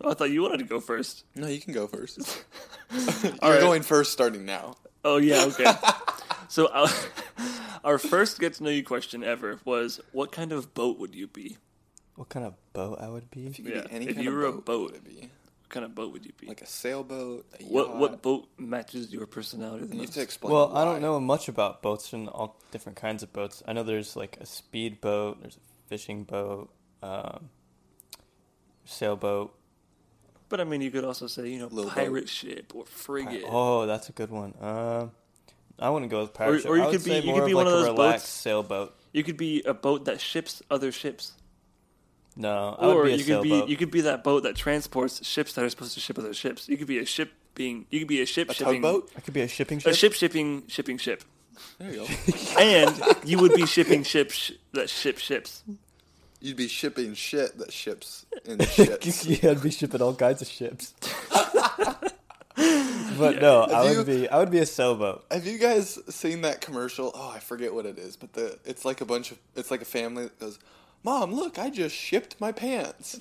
Speaker 1: Oh, I thought you wanted to go first.
Speaker 3: No, you can go first.
Speaker 1: All
Speaker 3: You're
Speaker 1: right.
Speaker 3: going first, starting now.
Speaker 1: Oh yeah, okay. so our, our first get to know you question ever was, "What kind of boat would you be?
Speaker 4: What kind of boat I would be?
Speaker 3: You could
Speaker 1: Yeah,
Speaker 3: be any
Speaker 1: if
Speaker 3: kind
Speaker 1: you
Speaker 3: of
Speaker 1: were a
Speaker 3: boat,
Speaker 1: boat,
Speaker 3: would it be
Speaker 1: What kind of boat would you be?
Speaker 3: like a sailboat? A
Speaker 1: what
Speaker 3: yacht?
Speaker 1: what boat matches your personality the
Speaker 3: You have
Speaker 1: most?
Speaker 3: to explain.
Speaker 4: Well,
Speaker 3: why.
Speaker 4: I don't know much about boats and all different kinds of boats. I know there's like a speed boat, there's a fishing boat, um, sailboat.
Speaker 1: But I mean, you could also say, you know,
Speaker 3: Little boat.
Speaker 1: pirate ship or frigate.
Speaker 4: Oh, that's a good one. Um, I wouldn't go with pirate
Speaker 1: Or-
Speaker 4: ship.
Speaker 1: or you
Speaker 4: I would
Speaker 1: could be-
Speaker 4: say
Speaker 1: you could
Speaker 4: more
Speaker 1: be
Speaker 4: of
Speaker 1: one
Speaker 4: like
Speaker 1: of
Speaker 4: a
Speaker 1: those
Speaker 4: relaxed
Speaker 1: boats-
Speaker 4: sailboat.
Speaker 1: You could be a boat that ships other ships,
Speaker 4: No, I would
Speaker 1: or
Speaker 4: be a
Speaker 1: you could
Speaker 4: sailboat.
Speaker 1: be you could be that boat that transports ships that are supposed to ship other ships. You could be a ship being you could be a ship
Speaker 3: a
Speaker 1: shipping
Speaker 3: tugboat.
Speaker 4: I could be a shipping
Speaker 1: a
Speaker 4: ship.
Speaker 1: ship shipping shipping ship,
Speaker 3: There you go.
Speaker 1: and you would be shipping ships that ship ships.
Speaker 3: You'd be shipping shit that ships in ships.
Speaker 4: yeah, I'd be shipping all kinds of ships. but no, I
Speaker 3: you-
Speaker 4: would be I would be a sailboat.
Speaker 3: Have you guys seen that commercial? Oh, I forget what it is, but the it's like a bunch of it's like a family that goes, "Mom, look, I just shipped my pants,"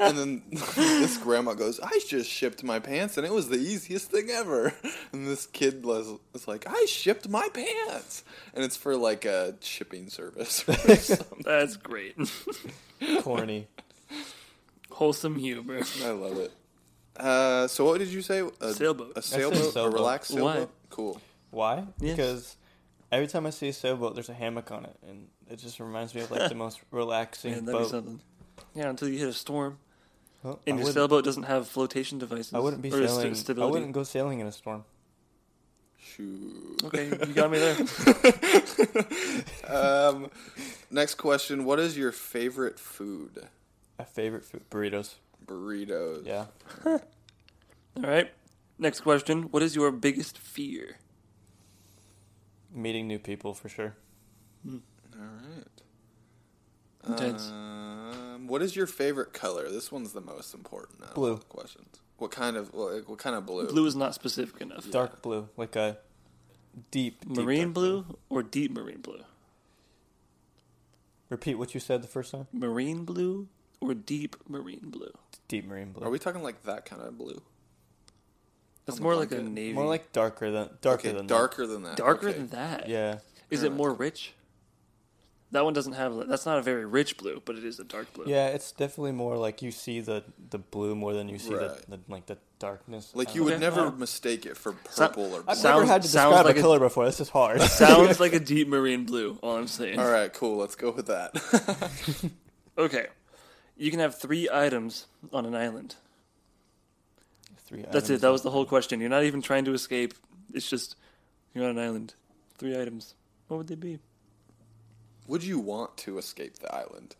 Speaker 3: and then this grandma goes, "I just shipped my pants, and it was the easiest thing ever." And this kid was, was like, "I shipped my pants," and it's for like a shipping service. Or something.
Speaker 1: That's great.
Speaker 4: Corny.
Speaker 1: Wholesome humor.
Speaker 3: I love it. Uh, so what did you say? A
Speaker 1: Sailboat.
Speaker 3: a
Speaker 1: I
Speaker 4: said
Speaker 3: sailboat, a
Speaker 4: sailboat.
Speaker 3: relaxed
Speaker 1: Why?
Speaker 3: sailboat. Cool.
Speaker 4: Why?
Speaker 1: Yes.
Speaker 4: Because every time I see a sailboat, there's a hammock on it, and it just reminds me of like the most relaxing
Speaker 1: Man, that'd be
Speaker 4: boat.
Speaker 1: something. Yeah, until you hit a storm
Speaker 4: Well,
Speaker 1: and your
Speaker 4: I, wouldn't,
Speaker 1: sailboat doesn't have flotation devices.
Speaker 4: I wouldn't be
Speaker 1: or st-
Speaker 4: sailing. I
Speaker 1: stability.
Speaker 4: wouldn't go sailing in a storm.
Speaker 3: Shoot.
Speaker 1: Okay, you got me there.
Speaker 3: Um, next question: What is your favorite food?
Speaker 4: My favorite food burritos.
Speaker 3: Burritos.
Speaker 4: Yeah.
Speaker 1: All right. Next question. What is your biggest fear?
Speaker 4: Meeting new people for sure.
Speaker 3: All right.
Speaker 1: Intense.
Speaker 3: Um, what is your favorite color? This one's the most important. out of all
Speaker 4: Blue.
Speaker 3: the questions. What kind of well, like, what kind of blue?
Speaker 1: Blue is not specific enough.
Speaker 4: Dark blue, like a deep deep
Speaker 1: marine
Speaker 4: dark
Speaker 1: blue or deep marine blue?
Speaker 4: Repeat what you said the first time.
Speaker 1: Marine blue or deep marine blue?
Speaker 4: Deep marine blue.
Speaker 3: Are we talking like that kind of blue?
Speaker 1: That's
Speaker 3: I'm
Speaker 1: more like a
Speaker 3: blanking.
Speaker 1: navy.
Speaker 4: More like darker than
Speaker 3: okay,
Speaker 4: darker than that.
Speaker 3: darker than that.
Speaker 1: darker
Speaker 3: Uh, Okay.
Speaker 1: than that. Is
Speaker 4: Yeah.
Speaker 1: it more rich? That one doesn't have. That's not a very rich blue, but it is a dark blue.
Speaker 4: Yeah, it's definitely more like you see the the blue more than you see
Speaker 3: Right.
Speaker 4: the, the like the darkness.
Speaker 3: Like
Speaker 4: I
Speaker 3: you
Speaker 4: don't
Speaker 3: would
Speaker 4: know.
Speaker 3: never
Speaker 1: Oh.
Speaker 3: mistake it for purple or blue.
Speaker 4: I've
Speaker 1: Sounds-
Speaker 4: never had to
Speaker 1: sounds
Speaker 4: describe
Speaker 1: like
Speaker 4: a
Speaker 1: a-
Speaker 4: color before. This is hard.
Speaker 1: Sounds like a deep marine blue. All I'm saying.
Speaker 3: All right, cool. Let's go with that.
Speaker 1: Okay. You can have three items on an island.
Speaker 4: Three
Speaker 1: That's it.
Speaker 4: items.
Speaker 1: That was the whole question. You're not even trying to escape. It's just you're on an island. Three items. What would they be?
Speaker 3: would you want to escape the island?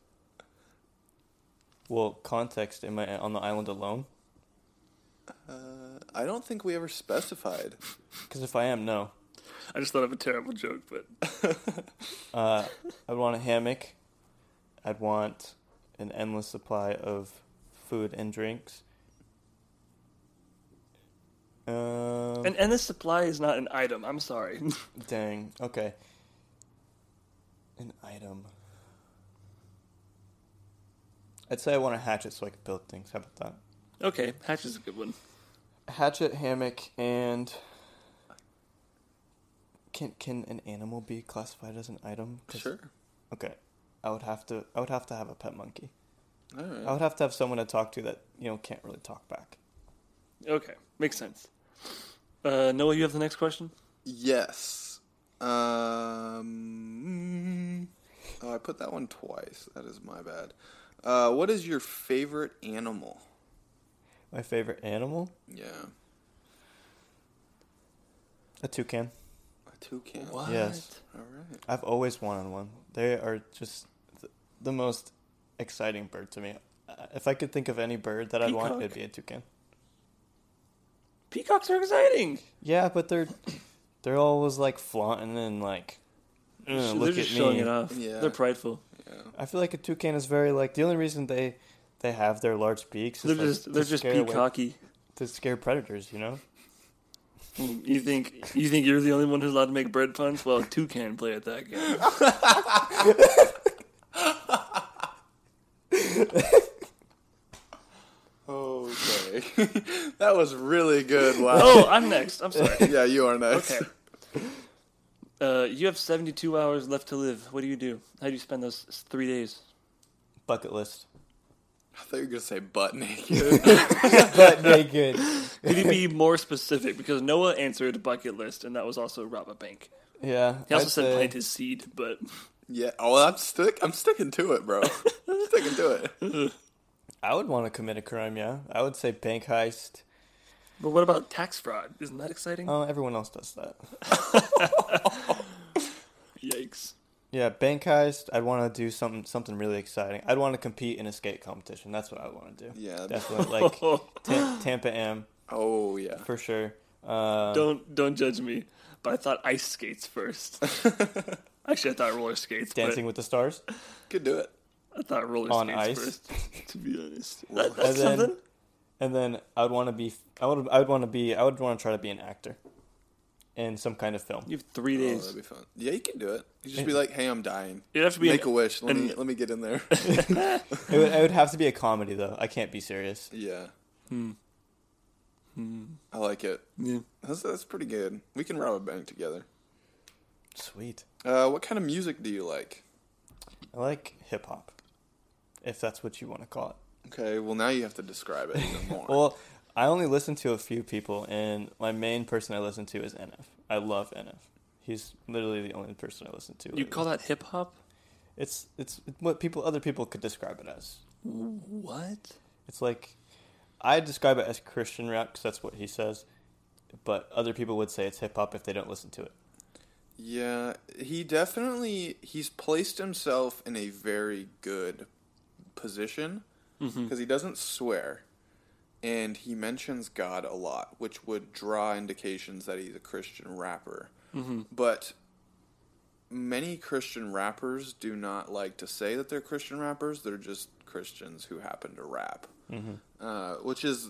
Speaker 4: Well, context. Am I on the island alone?
Speaker 3: Uh, I don't think we ever specified.
Speaker 4: Because if I am, no.
Speaker 1: I just thought of a terrible joke, but
Speaker 4: Uh, I'd want a hammock. I'd want an endless supply of food and drinks. Um,
Speaker 1: an endless supply is not an item. I'm sorry.
Speaker 4: dang. Okay. An item. I'd say I want a hatchet so I can build things. How about that?
Speaker 1: okay, hatch is a good one.
Speaker 4: hatchet hammock and can can an animal be classified as an item 'Cause-
Speaker 3: Sure.
Speaker 4: okay i would have to i would have to have a pet monkey
Speaker 3: All right.
Speaker 4: i would have to have someone to talk to that you know can't really talk back
Speaker 1: Okay, makes sense. Uh, Noah, you have the next question.
Speaker 3: Yes. Um, oh, I put that one twice. That is my bad. Uh, what is your favorite animal?
Speaker 4: my favorite animal
Speaker 3: Yeah,
Speaker 4: a toucan
Speaker 3: a toucan.
Speaker 4: Yes.
Speaker 3: All right.
Speaker 4: i've always wanted one they are just the, the most exciting bird to me. Uh, If I could think of any bird that I'd want,
Speaker 1: Peacock.
Speaker 4: it'd be a toucan.
Speaker 1: Peacocks are exciting.
Speaker 4: Yeah, but they're they're always like flaunting and like "Uh,
Speaker 1: They're
Speaker 4: look
Speaker 1: just
Speaker 4: at
Speaker 1: showing
Speaker 4: me.
Speaker 1: it off.
Speaker 3: Yeah.
Speaker 1: They're prideful.
Speaker 4: I feel like a toucan is very like the only reason they they have their large beaks. Is
Speaker 1: They're
Speaker 4: like,
Speaker 1: just
Speaker 4: to
Speaker 1: they're just
Speaker 4: scare away-
Speaker 1: peacocky.
Speaker 4: to scare predators. You know,
Speaker 1: You think you think you're the only one who's allowed to make bread puns? Well, two can play at that game.
Speaker 3: Okay. that was really good. Wow.
Speaker 1: Oh, I'm next. I'm sorry.
Speaker 3: yeah, you are next.
Speaker 1: Okay. Uh, you have 72 hours left to live. What do you do? How do you spend those s- three days?
Speaker 4: bucket list.
Speaker 3: I thought you were gonna say butt naked.
Speaker 4: But naked.
Speaker 1: Could you be more specific? Because Noah answered bucket list, and that was also rob a bank.
Speaker 4: Yeah.
Speaker 1: He also
Speaker 4: I'd
Speaker 1: said
Speaker 4: say-
Speaker 1: plant his seed, but
Speaker 3: yeah. Oh, well, I'm stick. I'm sticking to it, bro. I'm sticking to it.
Speaker 4: I would want to commit a crime. Yeah, I would say bank heist.
Speaker 1: but what about tax fraud? Isn't that exciting?
Speaker 4: Oh, everyone else does that.
Speaker 1: Yikes!
Speaker 4: Yeah, bank heist. I'd want to do something something really exciting. I'd want to compete in a skate competition. That's what I want to do.
Speaker 3: Yeah, that'd be-
Speaker 4: definitely. Like
Speaker 1: Oh,
Speaker 4: Tam- Tampa Am
Speaker 3: Oh yeah.
Speaker 4: for sure. Uh,
Speaker 1: don't don't judge me. But I thought ice skates first. Actually, I thought roller skates.
Speaker 4: Dancing with the Stars.
Speaker 3: Could do it.
Speaker 1: But I thought roller
Speaker 4: on
Speaker 1: skates
Speaker 4: ice.
Speaker 1: first. To be honest, That- that's
Speaker 4: And then-
Speaker 1: something.
Speaker 4: And then I'd want to be. I would. I would want to be. I would want to try to be an actor, in some kind of film.
Speaker 1: You have three
Speaker 3: Oh,
Speaker 1: days.
Speaker 3: that'd be fun. Yeah, you can do it. You just be like, "Hey, I'm dying.
Speaker 1: You'd have to be
Speaker 3: Make
Speaker 1: an-
Speaker 3: a wish. Let me
Speaker 1: an-
Speaker 3: let me get in there."
Speaker 4: It would, it would have to be a comedy though. I can't be serious.
Speaker 3: yeah.
Speaker 1: Hmm.
Speaker 3: Hmm. I like it.
Speaker 1: Yeah.
Speaker 3: That's that's pretty good. We can rob a bank together.
Speaker 4: Sweet.
Speaker 3: Uh, what kind of music do you like?
Speaker 4: I like hip hop, if that's what you want to call it.
Speaker 3: Okay, well now you have to describe it even more.
Speaker 4: Well, I only listen to a few people, and my main person I listen to is NF. I love NF. He's literally the only person I listen to.
Speaker 1: You
Speaker 4: lately.
Speaker 1: call that hip hop?
Speaker 4: it's it's what people other people could describe it as.
Speaker 1: What?
Speaker 4: It's like I describe it as Christian rap because that's what he says, but other people would say it's hip hop if they don't listen to it.
Speaker 3: Yeah, he definitely he's placed himself in a very good position because he doesn't swear and he mentions God a lot, which would draw indications that he's a Christian rapper. But many Christian rappers do not like to say that they're Christian rappers. They're just Christians who happen to rap, uh, which is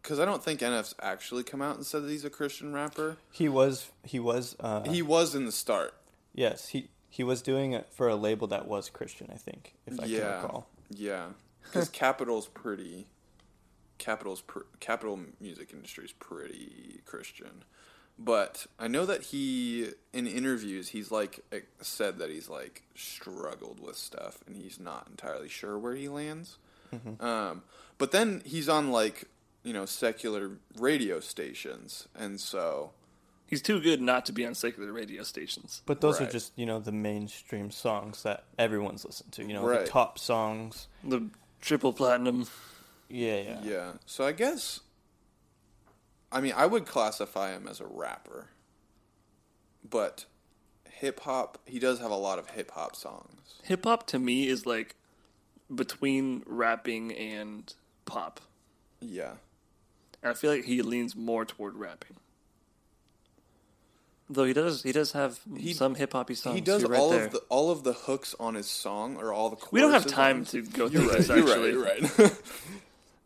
Speaker 3: because I don't think NF's actually come out and said that he's a Christian rapper.
Speaker 4: He was he was uh,
Speaker 3: He was in the start.
Speaker 4: yes he he was doing it for a label that was Christian. I think if I
Speaker 3: yeah,
Speaker 4: can recall.
Speaker 3: Yeah, because Capital's pretty. Capital's pr- Capital music industry's pretty Christian, but I know that he in interviews he's like eh, said that he's like struggled with stuff and he's not entirely sure where he lands.
Speaker 4: Mm-hmm.
Speaker 3: Um, but then he's on like you know secular radio stations, and so
Speaker 1: He's too good not to be on secular radio stations.
Speaker 4: But those
Speaker 3: Right.
Speaker 4: are just you know the mainstream songs that everyone's listened to. You know
Speaker 3: Right.
Speaker 4: the top songs.
Speaker 1: The triple platinum.
Speaker 4: Yeah, yeah.
Speaker 3: yeah. So I guess, I mean, I would classify him as a rapper, but hip hop. He does have a lot of hip hop songs.
Speaker 1: Hip hop to me is like between rapping and pop.
Speaker 3: Yeah,
Speaker 1: And I feel like he leans more toward rapping. Though he does he does have some hip hoppy songs.
Speaker 3: he does
Speaker 1: You're Oh, right
Speaker 3: all
Speaker 1: there.
Speaker 3: of the all of the hooks on his song or all the.
Speaker 1: We don't have
Speaker 3: choruses
Speaker 1: time
Speaker 3: on his-
Speaker 1: to go
Speaker 3: You're
Speaker 1: through
Speaker 3: right.
Speaker 1: this
Speaker 3: You're
Speaker 1: actually.
Speaker 3: right. You're right.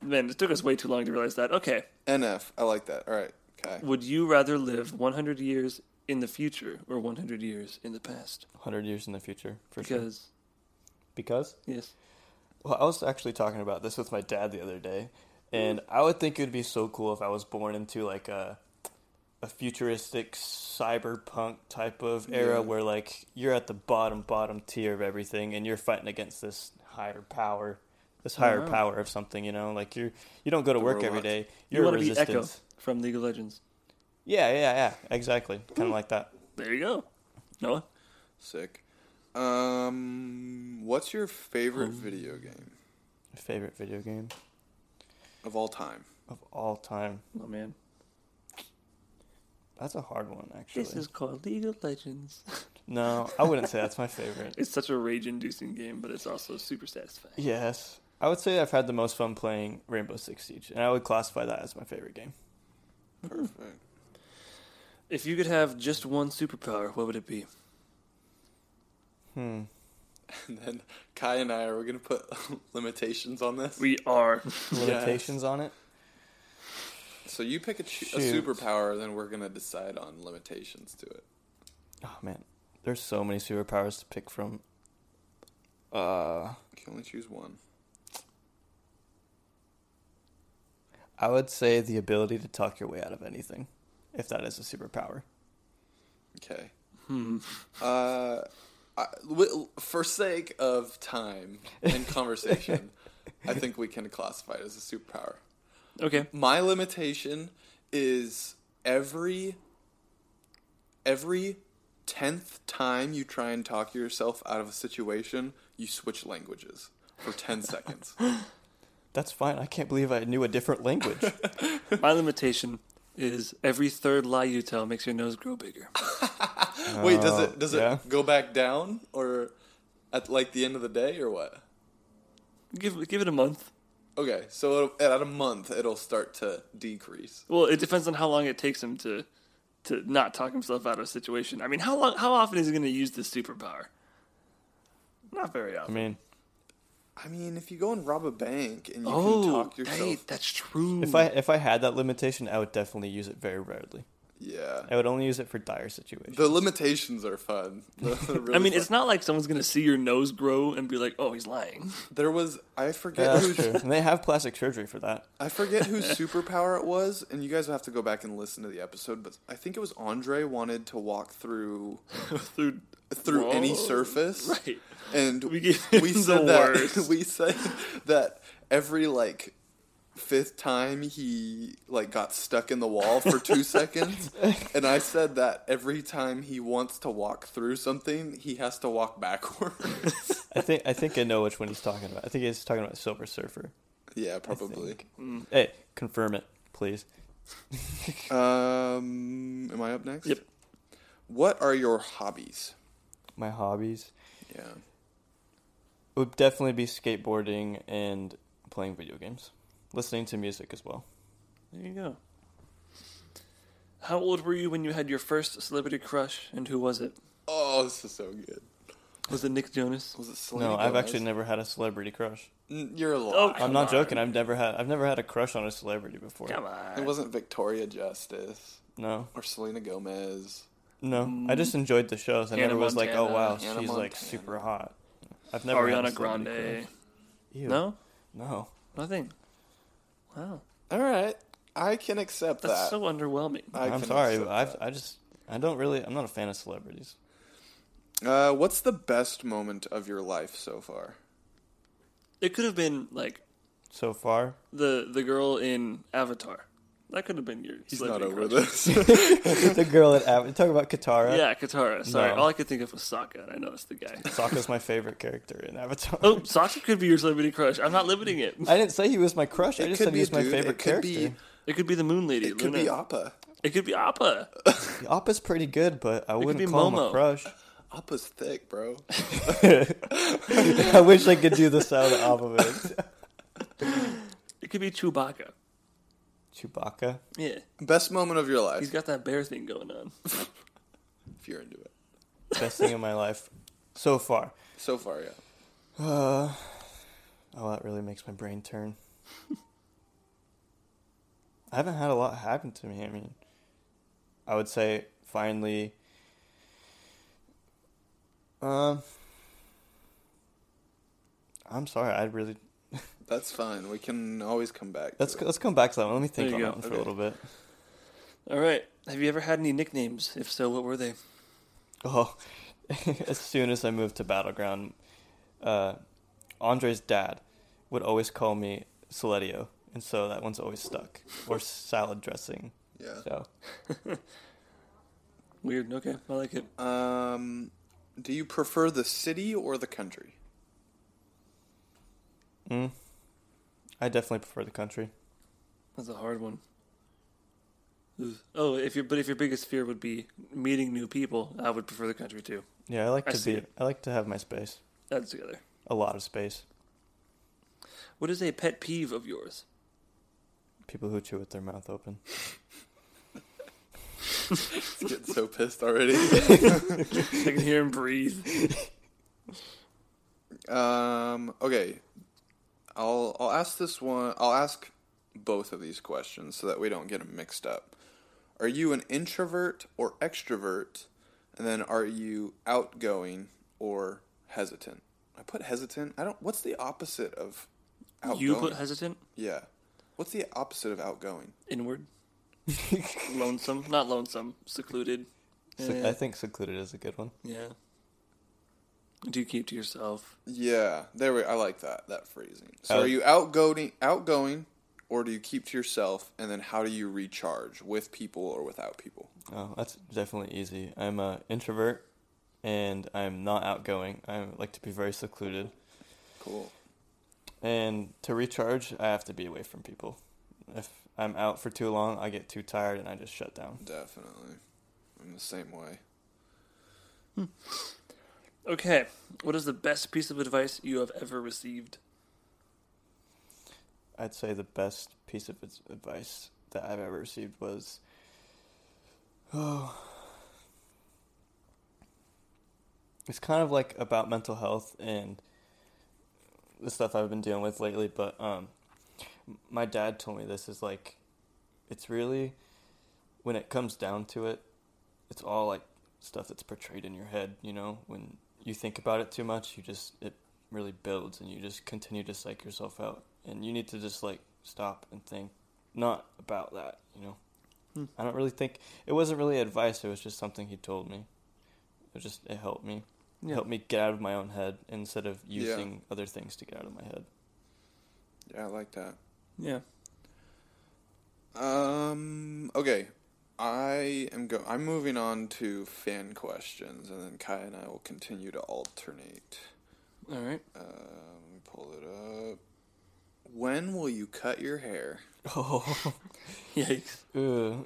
Speaker 1: Man, it took us way too long to realize that. Okay.
Speaker 3: NF. I like that. All right. Okay.
Speaker 1: Would you rather live one hundred years in the future or one hundred years in the past?
Speaker 4: Hundred years in the future for sure.
Speaker 1: Because
Speaker 4: Because
Speaker 1: yes.
Speaker 4: well, I was actually talking about this with my dad the other day, and I would think it would be so cool if I was born into like a a futuristic cyberpunk type of era where like you're at the bottom bottom tier of everything and you're fighting against this higher power this higher power of something you know like you're you don't go to work every
Speaker 3: robots.
Speaker 4: day
Speaker 1: You
Speaker 4: you're
Speaker 1: want to be
Speaker 4: resistance
Speaker 1: Echo from League of Legends.
Speaker 4: yeah yeah yeah exactly kind of like that
Speaker 1: There you go. Noah?
Speaker 3: Sick. Um, what's your favorite
Speaker 1: Um.
Speaker 3: video game
Speaker 4: favorite video game
Speaker 3: of all time?
Speaker 4: of all time
Speaker 1: Oh man.
Speaker 4: that's a hard one actually
Speaker 1: This is called League of Legends.
Speaker 4: No, I wouldn't say that's my favorite.
Speaker 1: It's such a rage-inducing game, but it's also super satisfying.
Speaker 4: Yes. I would say I've had the most fun playing Rainbow Six Siege, and I would classify that as my favorite game.
Speaker 3: Perfect.
Speaker 1: If you could have just one superpower, what would it be?
Speaker 4: Hmm.
Speaker 3: And then Kai and I are we gonna put limitations on this?
Speaker 1: We are.
Speaker 4: Limitations on it?
Speaker 3: So you pick a, ch- a
Speaker 4: Shoot.
Speaker 3: superpower, then we're gonna decide on limitations to it.
Speaker 4: Oh man, there's so many superpowers to pick from. Uh,
Speaker 3: You can only choose one.
Speaker 4: I would say the ability to talk your way out of anything, if that is a superpower.
Speaker 3: Okay.
Speaker 1: Hmm.
Speaker 3: Uh, I, wi- for sake of time and conversation, I think we can classify it as a superpower.
Speaker 1: Okay.
Speaker 3: My limitation is every every tenth time you try and talk yourself out of a situation, you switch languages for ten seconds.
Speaker 4: That's fine. I can't believe I knew a different language.
Speaker 1: My limitation is every third lie you tell makes your nose grow bigger.
Speaker 3: Wait, does
Speaker 4: Oh,
Speaker 3: it does
Speaker 4: yeah.
Speaker 3: it go back down or at like the end of the day or what?
Speaker 1: Give give it a month.
Speaker 3: Okay, so it'll, at a month it'll start to decrease.
Speaker 1: Well, it depends on how long it takes him to to not talk himself out of a situation. I mean, how long? How often is he going to use this superpower? Not very
Speaker 4: I
Speaker 1: often.
Speaker 4: mean,
Speaker 3: I mean, if you go and rob a bank and you
Speaker 1: oh,
Speaker 3: can talk
Speaker 1: hey,
Speaker 3: yourself,
Speaker 1: that's true.
Speaker 4: if I if I had that limitation, I would definitely use it very rarely.
Speaker 3: yeah,
Speaker 4: I would only use it for dire situations.
Speaker 3: the limitations are fun. They're really
Speaker 1: I mean,
Speaker 3: fun.
Speaker 1: it's not like someone's going to see your nose grow and be like, "Oh, he's lying."
Speaker 3: there was I
Speaker 4: Yeah,
Speaker 3: forget
Speaker 4: that's true.
Speaker 3: who
Speaker 4: And they have plastic surgery for that.
Speaker 3: I forget whose superpower it was, and you guys will have to go back and listen to the episode. But I think it was Andre wanted to walk through
Speaker 1: through
Speaker 3: through any
Speaker 1: walls.
Speaker 3: surface,
Speaker 1: Right.
Speaker 3: and
Speaker 1: We
Speaker 3: we,
Speaker 1: gave him the
Speaker 3: said that
Speaker 1: worst.
Speaker 3: we said that every like fifth time he like got stuck in the wall for two seconds and i said that every time he wants to walk through something he has to walk backwards
Speaker 4: I think I think I know which one he's talking about. I think he's talking about Silver Surfer.
Speaker 3: yeah
Speaker 4: I
Speaker 3: probably
Speaker 4: think. Hey, confirm it, please.
Speaker 3: um am i up next
Speaker 1: Yep.
Speaker 3: what are your hobbies
Speaker 4: My hobbies
Speaker 3: yeah
Speaker 4: it would definitely be skateboarding and playing video games, listening to music as well.
Speaker 1: There you go. How old were you when you had your first celebrity crush, and who was it?
Speaker 3: oh this is so good
Speaker 1: Was it Nick Jonas?
Speaker 3: was it Selena
Speaker 4: No, I've
Speaker 3: Gomez?
Speaker 4: actually never had a celebrity crush.
Speaker 3: N- you're a
Speaker 1: Oh,
Speaker 3: liar.
Speaker 1: Come
Speaker 4: I'm not
Speaker 1: on.
Speaker 4: joking. I've never had I've never had a crush on a celebrity before.
Speaker 1: Come
Speaker 3: it
Speaker 1: on.
Speaker 3: wasn't victoria justice
Speaker 4: No,
Speaker 3: or selena gomez
Speaker 4: no. I just enjoyed the shows. I
Speaker 1: Hannah
Speaker 4: never was like, oh
Speaker 1: Montana,
Speaker 4: wow,
Speaker 3: Hannah
Speaker 4: she's like
Speaker 3: Montana.
Speaker 4: super hot. I've never had a
Speaker 1: Ariana
Speaker 4: celebrity
Speaker 1: Grande.
Speaker 4: crush. Ew.
Speaker 1: No,
Speaker 4: no.
Speaker 1: nothing. Wow,
Speaker 3: All right, I can accept
Speaker 1: that's
Speaker 3: that.
Speaker 1: so underwhelming.
Speaker 3: I
Speaker 4: I'm
Speaker 3: can
Speaker 4: sorry.
Speaker 3: accept
Speaker 4: but I've, I just I don't really. I'm not a fan of celebrities.
Speaker 3: that. Uh, what's the best moment of your life so far?
Speaker 1: It could have been like
Speaker 4: So far,
Speaker 1: the the girl in Avatar. That could have been your.
Speaker 3: He's not
Speaker 1: celebrity
Speaker 3: over
Speaker 1: crush.
Speaker 3: this.
Speaker 4: the girl at Avatar. Talk about Katara.
Speaker 1: Yeah, Katara. Sorry,
Speaker 4: No.
Speaker 1: all I could think of was Sokka, and I know it's the guy.
Speaker 4: Sokka's my favorite character in Avatar.
Speaker 1: Oh, Sokka could be your celebrity crush. I'm not limiting it.
Speaker 4: I didn't say he was my crush. I
Speaker 3: It
Speaker 4: just
Speaker 3: could
Speaker 4: said
Speaker 3: be a
Speaker 4: he was my
Speaker 3: dude,
Speaker 4: favorite
Speaker 3: it could be-
Speaker 4: character.
Speaker 1: It could be the Moon Lady.
Speaker 3: it could be
Speaker 1: Luna.
Speaker 3: Appa.
Speaker 1: It could be Appa.
Speaker 4: The Oppa's pretty good, but I
Speaker 1: be
Speaker 4: wouldn't call him
Speaker 1: Momo.
Speaker 4: a crush.
Speaker 3: Appa's thick, bro.
Speaker 4: I wish I could do the sound off of it.
Speaker 1: It could be Chewbacca.
Speaker 4: Chewbacca.
Speaker 1: Yeah,
Speaker 3: best moment of your
Speaker 1: he's
Speaker 3: life,
Speaker 1: got that bear thing going on.
Speaker 3: if you're into it.
Speaker 4: Best thing in my life so far.
Speaker 3: So far, yeah.
Speaker 4: Uh, oh, that really makes my brain turn. I haven't had a lot happen to me. I mean, I would say finally. Um, I'm sorry. I really
Speaker 3: That's fine. We can always come back.
Speaker 4: let's
Speaker 3: to it.
Speaker 4: let's come back to that one. Let me think
Speaker 1: There
Speaker 4: on
Speaker 1: you
Speaker 4: that
Speaker 1: go.
Speaker 4: one for
Speaker 3: Okay.
Speaker 4: a little bit.
Speaker 1: All right. Have you ever had any nicknames? If so, what were they?
Speaker 4: Oh, as soon as I moved to Battleground, uh, Andre's dad would always call me Saletio, and so that one's always stuck. Or salad dressing.
Speaker 3: Yeah.
Speaker 4: So
Speaker 1: Weird. Okay, I like it.
Speaker 3: Um, do you prefer the city or the country?
Speaker 4: I definitely mm. prefer the country.
Speaker 1: That's a hard one. Oh, if your but if your biggest fear would be meeting new people, I would prefer the country too.
Speaker 4: Yeah, I like
Speaker 1: I
Speaker 4: to
Speaker 1: see
Speaker 4: be.
Speaker 1: it.
Speaker 4: I like to have my space.
Speaker 1: That's together.
Speaker 4: A lot of space.
Speaker 1: What is a pet peeve of yours?
Speaker 4: People who chew with their mouth open.
Speaker 3: It's getting so pissed already.
Speaker 1: I can hear him breathe.
Speaker 3: Um. Okay. I'll I'll ask this one. I'll ask both of these questions so that we don't get them mixed up. Are you an introvert or extrovert? And then are you outgoing or hesitant? I put hesitant. I don't. What's the opposite of outgoing?
Speaker 1: You put hesitant,
Speaker 3: yeah. What's the opposite of outgoing?
Speaker 1: inward, lonesome, not lonesome, secluded.
Speaker 4: Se-
Speaker 1: Eh,
Speaker 4: I think secluded is a good one.
Speaker 1: yeah. Do you keep to yourself?
Speaker 3: Yeah. There. We, I like that. That phrasing.
Speaker 1: Uh,
Speaker 3: So
Speaker 4: Out-
Speaker 3: are you outgoing? Outgoing. Or do you keep to yourself? And then how do you recharge with people or without people?
Speaker 4: Oh, that's definitely easy. I'm a introvert, and I'm not outgoing. I like to be very secluded,
Speaker 3: Cool.
Speaker 4: and to recharge, I have to be away from people. If I'm out for too long, I get too tired and I just shut down.
Speaker 3: Definitely. I'm the same way.
Speaker 1: Okay. What is the best piece of advice you have ever received?
Speaker 4: I'd say the best piece of ad- advice that I've ever received was, oh, it's kind of like about mental health and the stuff I've been dealing with lately. But um, m- my dad told me this is like, it's really when it comes down to it, it's all like stuff that's portrayed in your head. You know, when you think about it too much, you just it really builds and you just continue to psych yourself out and you need to just like stop and think not about that you know
Speaker 1: Hmm.
Speaker 4: i don't really think it wasn't really advice it was just something he told me it just it helped me It
Speaker 1: Yeah.
Speaker 4: helped me get out of my own head instead of
Speaker 3: Yeah.
Speaker 4: using other things to get out of my head
Speaker 3: Yeah, I like that.
Speaker 1: Yeah.
Speaker 3: Um okay. I am go I'm moving on to fan questions and then Kai and I will continue to alternate.
Speaker 1: All right.
Speaker 3: Uh, let me pull it up. When will you cut your hair?
Speaker 4: oh
Speaker 1: Yikes.
Speaker 4: you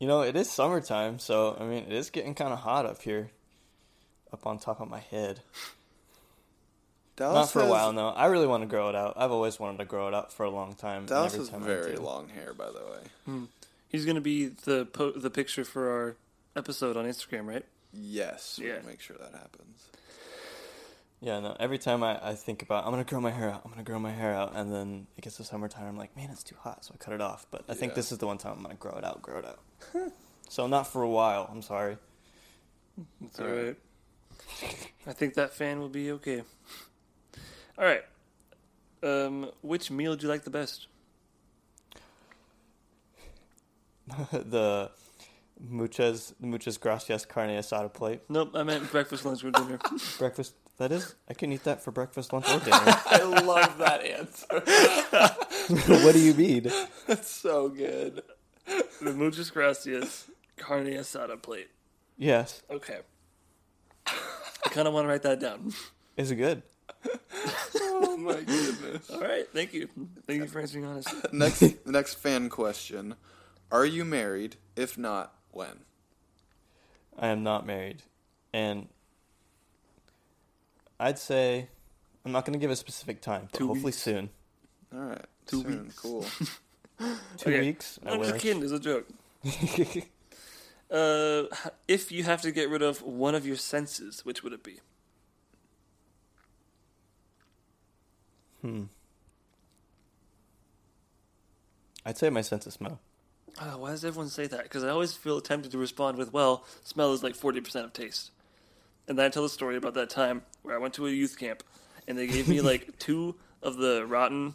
Speaker 4: know it is summertime so i mean it is getting kind of hot up here up on top of my head
Speaker 3: Dallas
Speaker 4: Not for a
Speaker 3: has-
Speaker 4: while, no. I really want to grow it out. I've always wanted to grow it out for a long time. and
Speaker 3: Dallas
Speaker 4: every
Speaker 3: has
Speaker 4: time I
Speaker 3: very
Speaker 4: do-
Speaker 3: long hair, by the way.
Speaker 1: He's gonna be the po- the picture for our episode on Instagram, right?
Speaker 3: Yes,
Speaker 1: Yeah.
Speaker 3: we'll make sure that happens.
Speaker 4: Yeah, no. Every time I, I think about, I'm gonna grow my hair out. I'm gonna grow my hair out, and then it gets to summertime. I'm like, man, it's too hot, so I cut it off. But I think
Speaker 3: Yeah.
Speaker 4: this is the one time I'm gonna grow it out, grow it out. so not for a while. I'm sorry.
Speaker 1: That's
Speaker 3: All
Speaker 1: all right. I think that fan will be okay. All right. Um, which meal do you like the best?
Speaker 4: the muchas muchas gracias carne asada plate
Speaker 1: Nope, I meant breakfast, lunch, or dinner.
Speaker 4: breakfast. That is, I can eat that for breakfast, lunch, or dinner.
Speaker 3: I love that answer.
Speaker 4: what do you mean?
Speaker 3: That's so good.
Speaker 1: the muchas gracias carne asada plate.
Speaker 4: Yes,
Speaker 1: Okay. I kind of want to write that down.
Speaker 4: is it good?
Speaker 3: Oh my goodness.
Speaker 1: All right, thank you. Thank you for answering honestly.
Speaker 3: next next fan question are you married if not when
Speaker 4: I am not married, and I'd say I'm not going to give a specific time, but
Speaker 1: Two
Speaker 4: hopefully
Speaker 1: weeks.
Speaker 4: soon.
Speaker 3: all right
Speaker 1: Two
Speaker 3: soon, cool
Speaker 4: Two
Speaker 1: Okay.
Speaker 4: weeks. I
Speaker 1: I'm just
Speaker 4: wish.
Speaker 1: kidding. It's a joke. Uh, if you have to get rid of one of your senses, which would it be?
Speaker 4: hmm. I'd say my sense of smell.
Speaker 1: Oh, why does everyone say that? Because I always feel tempted to respond with, well, smell is like 40% of taste. And then I tell the story about that time where I went to a youth camp and they gave me like two of the rotten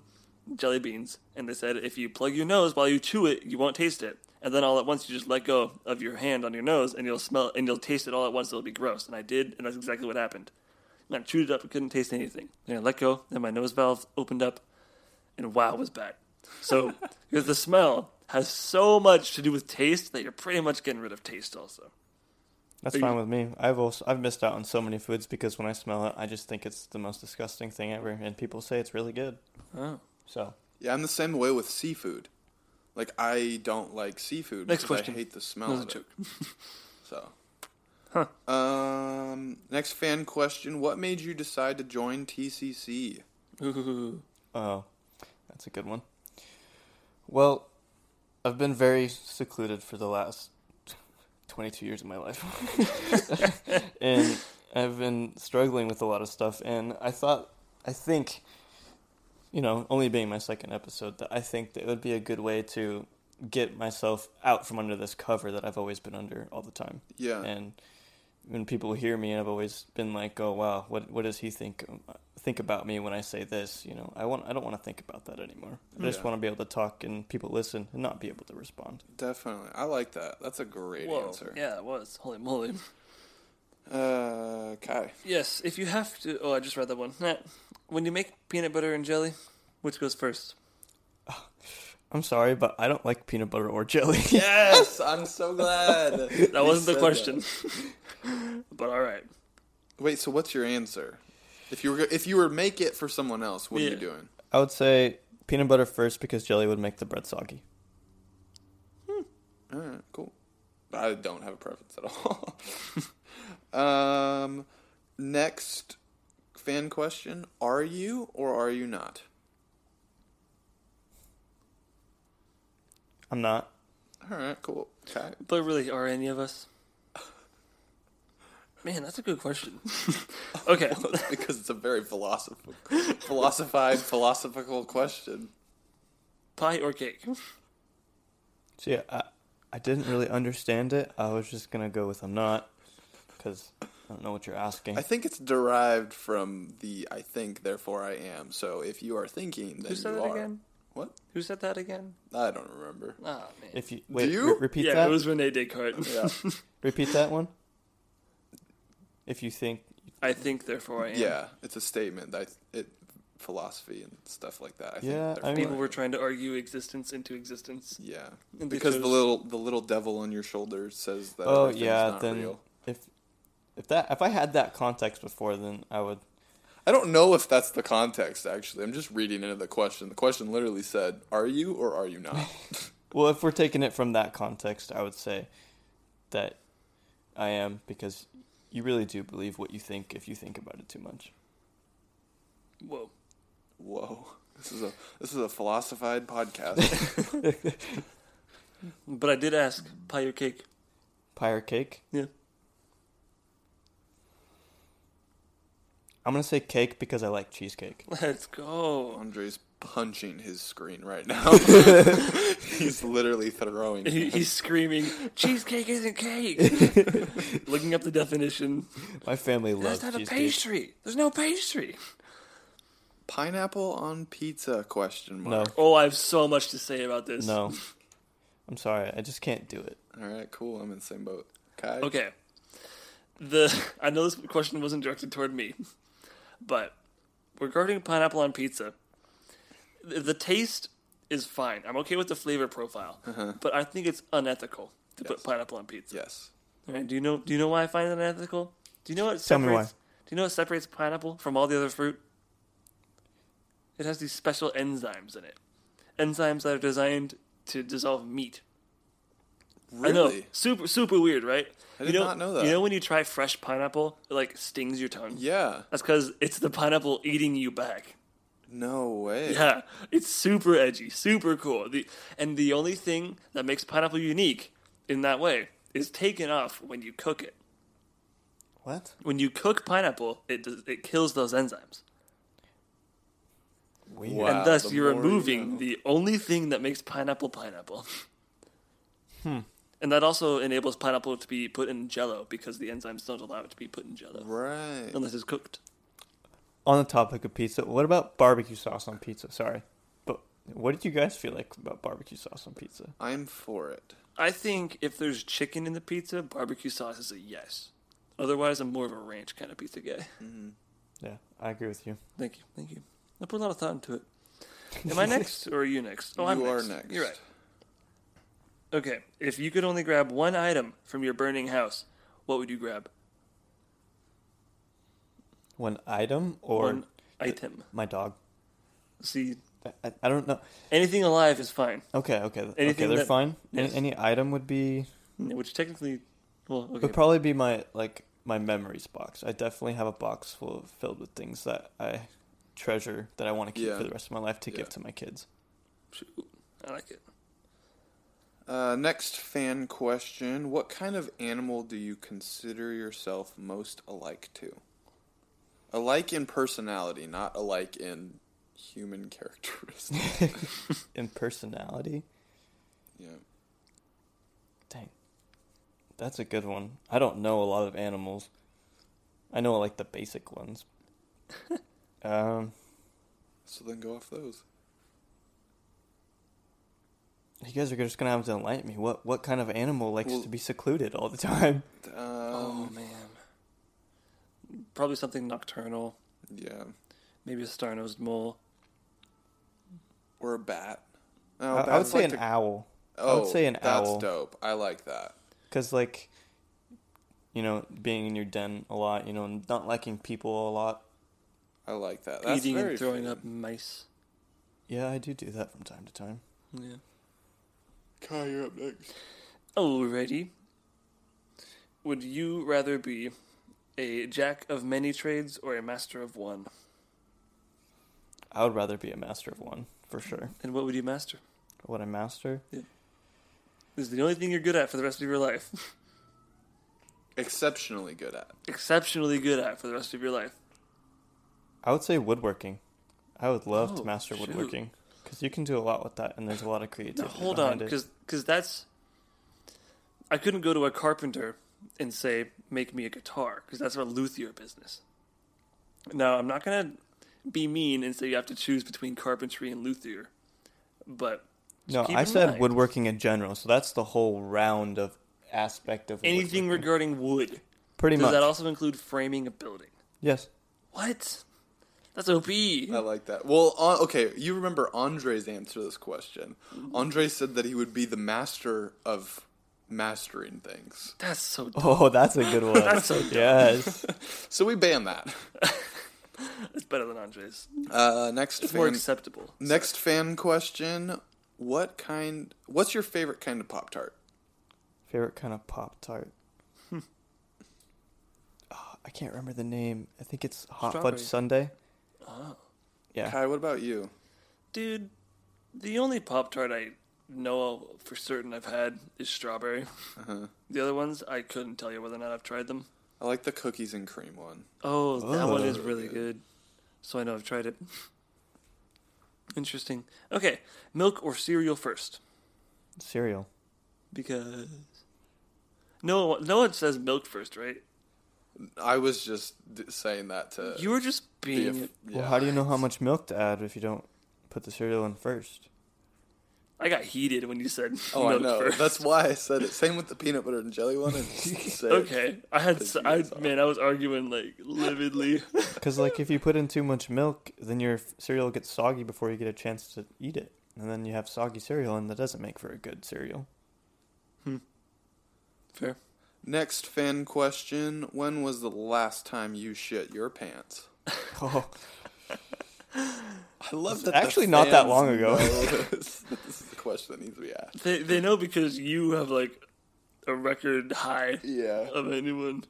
Speaker 1: jelly beans. And they said, if you plug your nose while you chew it, you won't taste it. And then all at once, you just let go of your hand on your nose and you'll smell and you'll taste it all at once. It'll be gross. And I did, and that's exactly what happened. And I chewed it up and couldn't taste anything. And I let go, and my nose valve opened up, and wow, it was bad. So, because the smell has so much to do with taste that you're pretty much getting rid of taste also.
Speaker 4: That's
Speaker 1: Are you-
Speaker 4: fine with me. I've also I've missed out on so many foods because when I smell it, I just think it's the most disgusting thing ever, and people say it's really good.
Speaker 1: Oh.
Speaker 4: So
Speaker 3: yeah i'm the same way with seafood Like I don't like seafood
Speaker 1: Next
Speaker 3: because
Speaker 1: question.
Speaker 3: I hate the smell
Speaker 1: That was
Speaker 3: of
Speaker 1: a
Speaker 3: it. So, um, next fan question: What made you decide to join TCC?
Speaker 1: Ooh.
Speaker 4: Oh, that's a good one. Well, I've been very secluded for the last 22 years of my life. and I've been struggling with a lot of stuff. And I thought, I think, you know, only being my second episode, that I think that it would be a good way to get myself out from under this cover that I've always been under all the time.
Speaker 3: Yeah,
Speaker 4: And when people hear me, I've always been like, "Oh wow, what what does he think think about me when I say this?" You know, I want I don't want to think about that anymore. I just
Speaker 3: Yeah.
Speaker 4: want to be able to talk and people listen and not be able to respond.
Speaker 3: definitely. I like that. That's a great
Speaker 1: Whoa.
Speaker 3: answer.
Speaker 1: Yeah, it was. Holy moly.
Speaker 3: Uh, Kai.
Speaker 1: Yes, if you have to. Oh, I just read that one. Nah. When you make peanut butter and jelly, which goes first?
Speaker 4: I'm sorry, but I don't like peanut butter or jelly.
Speaker 3: Yes, I'm so glad.
Speaker 1: That wasn't the question. but all right.
Speaker 3: Wait, so what's your answer? If you were if you were make it for someone else, what are
Speaker 1: Yeah.
Speaker 3: you doing?
Speaker 4: I would say peanut butter first because jelly would make the bread soggy.
Speaker 3: All right, cool. I don't have a preference at all. um, next fan question: Are you or are you not?
Speaker 4: I'm not.
Speaker 3: All right, cool. Okay.
Speaker 1: But really, are any of us? Man, that's a good question. okay.
Speaker 3: because it's a very philosophical, philosophized, philosophical question.
Speaker 1: Pie or cake?
Speaker 4: So yeah, I, I didn't really understand it. I was just gonna go with I'm not because I don't know what you're asking.
Speaker 3: I think it's derived from the "I think, therefore I am." So if you are thinking, then
Speaker 1: Who said
Speaker 3: you
Speaker 1: that
Speaker 3: are.
Speaker 1: again?
Speaker 3: What?
Speaker 1: Who said that again?
Speaker 3: I don't remember.
Speaker 1: Ah, man.
Speaker 4: if you wait,
Speaker 3: you?
Speaker 4: re- repeat
Speaker 1: yeah,
Speaker 4: that.
Speaker 1: it was Rene Descartes.
Speaker 3: Yeah,
Speaker 4: Repeat that one. If you think
Speaker 1: I think, therefore I am.
Speaker 3: yeah. It's a statement that it philosophy and stuff like that. I
Speaker 4: Yeah,
Speaker 3: think
Speaker 4: I
Speaker 3: therefore
Speaker 4: mean-
Speaker 1: People were trying to argue existence into existence.
Speaker 3: Yeah,
Speaker 1: And they
Speaker 3: because the
Speaker 1: chose-
Speaker 3: little the little devil on your shoulder says that.
Speaker 4: oh
Speaker 3: everything's
Speaker 4: yeah
Speaker 3: not
Speaker 4: then
Speaker 3: real.
Speaker 4: if if that if i had that context before then i would
Speaker 3: I don't know if that's the context. Actually, I'm just reading into the question. The question literally said, "Are you or are you not?"
Speaker 4: well if we're taking it from that context i would say that i am because you really do believe what you think if you think about it too much
Speaker 1: Whoa.
Speaker 3: Whoa. This is a this is a philosophied podcast.
Speaker 1: But I did ask pie or cake.
Speaker 4: pie or cake
Speaker 1: Yeah.
Speaker 4: i'm gonna say cake because i like cheesecake
Speaker 1: Let's go.
Speaker 3: Andre's punching his screen right now. He's literally throwing.
Speaker 1: He,
Speaker 3: it.
Speaker 1: he's screaming, cheesecake isn't cake. Looking up the definition.
Speaker 4: my family loves
Speaker 1: That's not a
Speaker 4: cheesecake
Speaker 1: pastry. There's no pastry.
Speaker 3: Pineapple on pizza? Question
Speaker 4: no
Speaker 3: mark.
Speaker 1: Oh, I have so much to say about this.
Speaker 4: no i'm sorry i just can't do it
Speaker 3: All right, cool. I'm in the same boat. Kai.
Speaker 1: Okay. The I know this question wasn't directed toward me, but regarding pineapple on pizza, the, the taste is fine. I'm okay with the flavor profile, but I think it's unethical to put pineapple on pizza.
Speaker 3: Yes.
Speaker 1: All right, do you know? Do you know why I find it unethical? Do you know what separates?
Speaker 4: Tell me why.
Speaker 1: Do you know what separates pineapple from all the other fruit? It has these special enzymes in it, enzymes that are designed to dissolve meat. I know,
Speaker 3: Really?
Speaker 1: super super weird, right? I
Speaker 3: did
Speaker 1: you know,
Speaker 3: not know that.
Speaker 1: You know when you try fresh pineapple, it like stings your tongue.
Speaker 3: Yeah.
Speaker 1: That's because it's the pineapple eating you back.
Speaker 3: No way.
Speaker 1: Yeah, it's super edgy, super cool. The and the only thing that makes pineapple unique in that way is taken off when you cook it.
Speaker 4: what
Speaker 1: When you cook pineapple, it does, it kills those enzymes,
Speaker 4: Weird.
Speaker 3: Wow.
Speaker 1: and thus
Speaker 3: the
Speaker 1: you're
Speaker 3: more
Speaker 1: removing
Speaker 3: you know.
Speaker 1: the only thing that makes pineapple pineapple.
Speaker 3: Hmm.
Speaker 1: And that also enables pineapple to be put in Jello because the enzymes don't allow it to be put in Jello
Speaker 3: Right.
Speaker 1: unless it's cooked.
Speaker 4: on the topic of pizza, what about barbecue sauce on pizza? Sorry, but what did you guys feel like about barbecue sauce on pizza?
Speaker 3: I'm for it.
Speaker 1: I think if there's chicken in the pizza, barbecue sauce is a yes. Otherwise, I'm more of a ranch kind of pizza guy.
Speaker 4: Yeah, I agree with you.
Speaker 1: Thank you, thank you. I put a lot of thought into it. Am I next or are you next? Oh, I'm
Speaker 3: you
Speaker 1: next.
Speaker 3: are next.
Speaker 1: You're right. Okay, if you could only grab one item from your burning house, what would you grab?
Speaker 4: One item or
Speaker 1: one item.
Speaker 4: my dog.
Speaker 1: See,
Speaker 4: I, I don't know.
Speaker 1: Anything alive is fine,
Speaker 4: Okay, okay, okay.
Speaker 1: Anything
Speaker 4: They're
Speaker 1: that-
Speaker 4: fine.
Speaker 1: yes.
Speaker 4: Any, any item would be
Speaker 3: Hmm.
Speaker 1: which technically, well, okay,
Speaker 4: would probably be my like my memories box. I definitely have a box full of, filled with things that I treasure that I want to keep
Speaker 3: Yeah.
Speaker 4: for the rest of my life to
Speaker 3: Yeah.
Speaker 4: give to my kids.
Speaker 1: I like it.
Speaker 3: Uh, next fan question: What kind of animal do you consider yourself most alike to? Alike in personality, not alike in human characteristics.
Speaker 4: In personality,
Speaker 3: yeah.
Speaker 4: dang, that's a good one. I don't know a lot of animals. I know like the basic ones. um,
Speaker 3: So then go off those.
Speaker 4: you guys are just gonna have to enlighten me. What what kind of animal likes
Speaker 3: Well-
Speaker 4: to be secluded all the time?
Speaker 3: Um,
Speaker 1: Oh man, probably something nocturnal.
Speaker 3: Yeah.
Speaker 1: Maybe a star-nosed mole.
Speaker 3: Or a bat. No,
Speaker 4: I, I would
Speaker 3: bat's
Speaker 4: say
Speaker 3: like
Speaker 4: an
Speaker 3: the-
Speaker 4: owl.
Speaker 3: Oh,
Speaker 4: I would say an
Speaker 3: that's
Speaker 4: owl.
Speaker 3: dope. I like that.
Speaker 4: Because, like, you know, being in your den a lot, you know, and not liking people a lot.
Speaker 3: I like that. That's
Speaker 1: eating
Speaker 3: very
Speaker 1: and throwing
Speaker 3: fitting.
Speaker 1: up mice.
Speaker 4: Yeah, I do do that from time to time.
Speaker 1: Yeah.
Speaker 3: Kyle, you're up next.
Speaker 1: Alrighty. Would you rather be a jack of many trades or a master of one?
Speaker 4: I would rather be a master of one, for sure.
Speaker 1: And what would you master?
Speaker 4: What I master?
Speaker 1: This is the only thing you're good at for the rest of your life.
Speaker 3: Exceptionally good at.
Speaker 1: Exceptionally good at for the rest of your life.
Speaker 4: I would say woodworking. I would love
Speaker 1: Oh,
Speaker 4: to master
Speaker 1: shoot.
Speaker 4: woodworking. Because you can do a lot with that, and there's a lot of creativity.
Speaker 1: Now, hold on,
Speaker 4: behind it.
Speaker 1: because that's. I couldn't go to a carpenter and say, make me a guitar, because that's a luthier business. Now, I'm not going to be mean and say you have to choose between carpentry and luthier, but
Speaker 4: No,
Speaker 1: keep
Speaker 4: I
Speaker 1: in
Speaker 4: said
Speaker 1: mind.
Speaker 4: woodworking in general, so that's the whole round of aspect of
Speaker 1: anything
Speaker 4: woodworking.
Speaker 1: regarding wood.
Speaker 4: Pretty
Speaker 1: Does
Speaker 4: much.
Speaker 1: that also include framing a building?
Speaker 4: yes.
Speaker 1: What? That's OP.
Speaker 3: I like that. Well, uh, okay, you remember Andre's answer to this question. Andre said that he would be the master of mastering things.
Speaker 1: That's so. Dumb.
Speaker 4: Oh, that's a good one.
Speaker 1: That's so dumb.
Speaker 4: Yes.
Speaker 3: So we ban that.
Speaker 1: It's better than Andres.
Speaker 3: Uh, next
Speaker 1: It's more
Speaker 3: fan,
Speaker 1: acceptable.
Speaker 3: next fan question. What kind what's your favorite kind of Pop Tart?
Speaker 4: Favorite kind of Pop Tart? oh, I can't remember the name. I think it's Hot
Speaker 1: Strawberry.
Speaker 4: Fudge Sunday.
Speaker 1: Oh.
Speaker 4: Yeah.
Speaker 3: Kai, what about you?
Speaker 1: Dude, the only Pop Tart I know for certain I've had is strawberry. The other ones, I couldn't tell you whether or not I've tried them.
Speaker 3: Uh-huh. I like the cookies and cream one.
Speaker 1: Oh, that
Speaker 4: Oh.
Speaker 1: one is really good. So I know I've tried it. Interesting. Okay, milk or cereal first.
Speaker 4: Cereal.
Speaker 1: Because. No, one- no one says milk first, right?
Speaker 3: I was just d- saying that to
Speaker 1: You were just
Speaker 3: be a
Speaker 1: being.
Speaker 3: f- yeah.
Speaker 4: Well, how do you know how much milk to add if you don't put the cereal in first?
Speaker 1: I got heated when you said
Speaker 3: Oh, I
Speaker 1: milk
Speaker 3: know.
Speaker 1: first.
Speaker 3: That's why I said it. Same with the peanut butter and jelly one. And
Speaker 1: Okay, I had s-
Speaker 3: Because you
Speaker 1: I
Speaker 3: guys are-
Speaker 1: man, I was arguing like lividly.
Speaker 4: Because like if you put in too much milk, then your f- cereal gets soggy before you get a chance to eat it, and then you have soggy cereal, and that doesn't make for a good cereal.
Speaker 1: Fair.
Speaker 3: Next fan question: When was the last time you shit your pants?
Speaker 4: Oh,
Speaker 3: I love
Speaker 4: that the actually not that
Speaker 3: fans
Speaker 4: long ago.
Speaker 3: know this. This is the question that needs to be asked.
Speaker 1: They they know because you have like a record high
Speaker 3: Yeah.
Speaker 1: of anyone.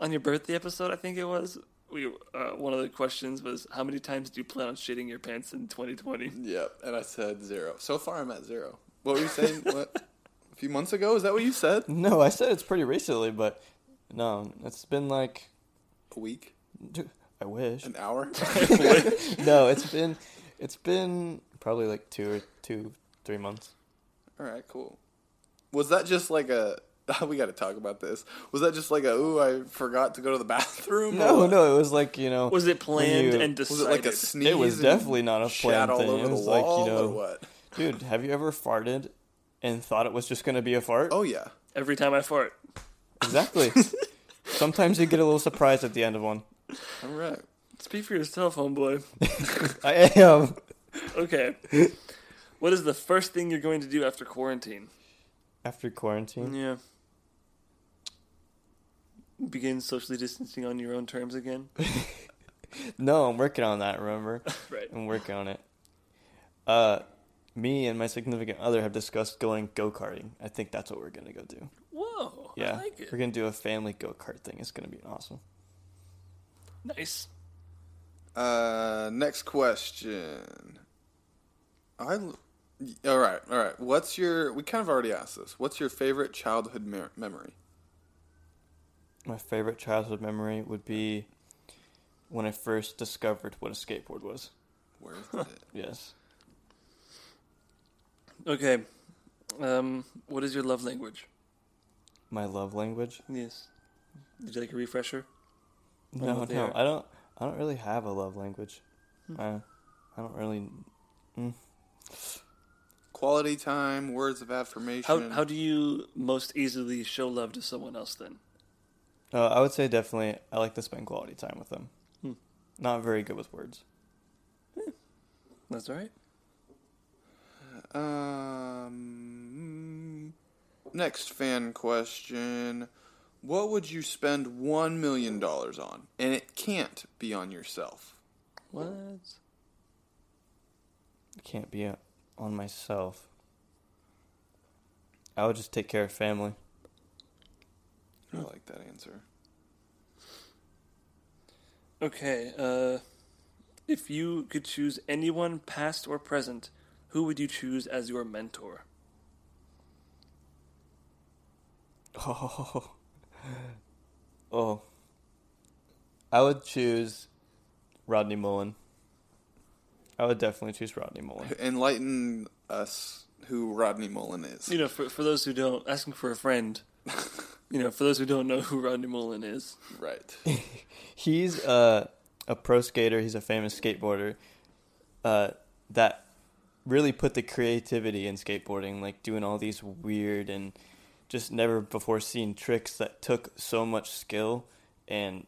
Speaker 1: On your birthday episode, I think it was, we uh, one of the questions was how many times do you plan on shitting your pants in 2020?
Speaker 3: Yep. And I said zero. So far, I'm at zero. What were you saying? what? A few months ago? Is that what you said?
Speaker 4: no, I said it's pretty recently, but no, it's been like
Speaker 3: A week?
Speaker 4: I wish.
Speaker 3: An hour?
Speaker 4: no, it's been it's been probably like two or two three months.
Speaker 3: All right. Cool. Was that just like a? We got to talk about this. Was that just like a? Ooh, I forgot to go to the bathroom.
Speaker 4: No,
Speaker 3: Or
Speaker 4: no, it was like you know.
Speaker 1: Was it planned
Speaker 4: you-
Speaker 1: and
Speaker 3: Was
Speaker 1: decided?
Speaker 3: it like a sneeze?
Speaker 4: It was
Speaker 3: and
Speaker 4: definitely not a
Speaker 3: shat
Speaker 4: planned
Speaker 3: all
Speaker 4: thing.
Speaker 3: over
Speaker 4: It was
Speaker 3: the
Speaker 4: like
Speaker 3: wall
Speaker 4: you know,
Speaker 3: or what?
Speaker 4: dude, have you ever farted and thought it was just gonna be a fart?
Speaker 3: Oh yeah.
Speaker 1: Every time I fart.
Speaker 4: exactly. Sometimes you get a little surprised at the end of one.
Speaker 3: All right.
Speaker 1: Speak for yourself, homeboy.
Speaker 4: I am.
Speaker 1: Okay. what is the first thing you're going to do after quarantine?
Speaker 4: After quarantine,
Speaker 1: Yeah. Begin socially distancing on your own terms again.
Speaker 4: no, I'm working on that. Remember,
Speaker 1: Right.
Speaker 4: I'm working on it. Uh, me and my significant other have discussed going go karting. I think that's what we're gonna go do.
Speaker 1: Whoa.
Speaker 4: Yeah,
Speaker 1: I like it.
Speaker 4: we're gonna do a family go kart thing. It's gonna be awesome.
Speaker 1: Nice.
Speaker 3: Uh, next question. I. l- All right, all right. What's your? We kind of already asked this. What's your favorite childhood mer- memory?
Speaker 4: My favorite childhood memory would be when I first discovered what a skateboard was.
Speaker 3: Where is it?
Speaker 4: Yes.
Speaker 1: Okay. Um, what is your love language?
Speaker 4: My love language?
Speaker 1: Yes. Did you like a refresher?
Speaker 4: No,
Speaker 1: with the
Speaker 4: no,
Speaker 1: air.
Speaker 4: I don't. I don't really have a love language. I, I don't really.
Speaker 3: Quality time, words of
Speaker 1: How
Speaker 3: affirmation.
Speaker 1: how do you most easily show love to someone else then?
Speaker 4: Uh, I would say definitely. I like to spend quality time with them.
Speaker 1: Hmm.
Speaker 4: Not very good with words.
Speaker 1: That's all right.
Speaker 3: Um, next fan question. What would you spend one million dollars on? And it can't be on yourself.
Speaker 1: What?
Speaker 4: Can't be uh, on myself. I would just take care of family.
Speaker 3: I
Speaker 1: Hmm.
Speaker 3: like that answer.
Speaker 1: Okay. Uh, if you could choose anyone, past or present, who would you choose as your mentor?
Speaker 4: Oh. Oh. I would choose Rodney Mullen. I would definitely choose Rodney Mullen.
Speaker 3: Enlighten us who Rodney Mullen is.
Speaker 1: You know, for for those who don't, asking for a friend. You know, for those who don't know who Rodney Mullen is,
Speaker 3: Right.
Speaker 4: He's uh, a pro skater. He's a famous skateboarder uh, that really put the creativity in skateboarding, like doing all these weird and just never before seen tricks that took so much skill and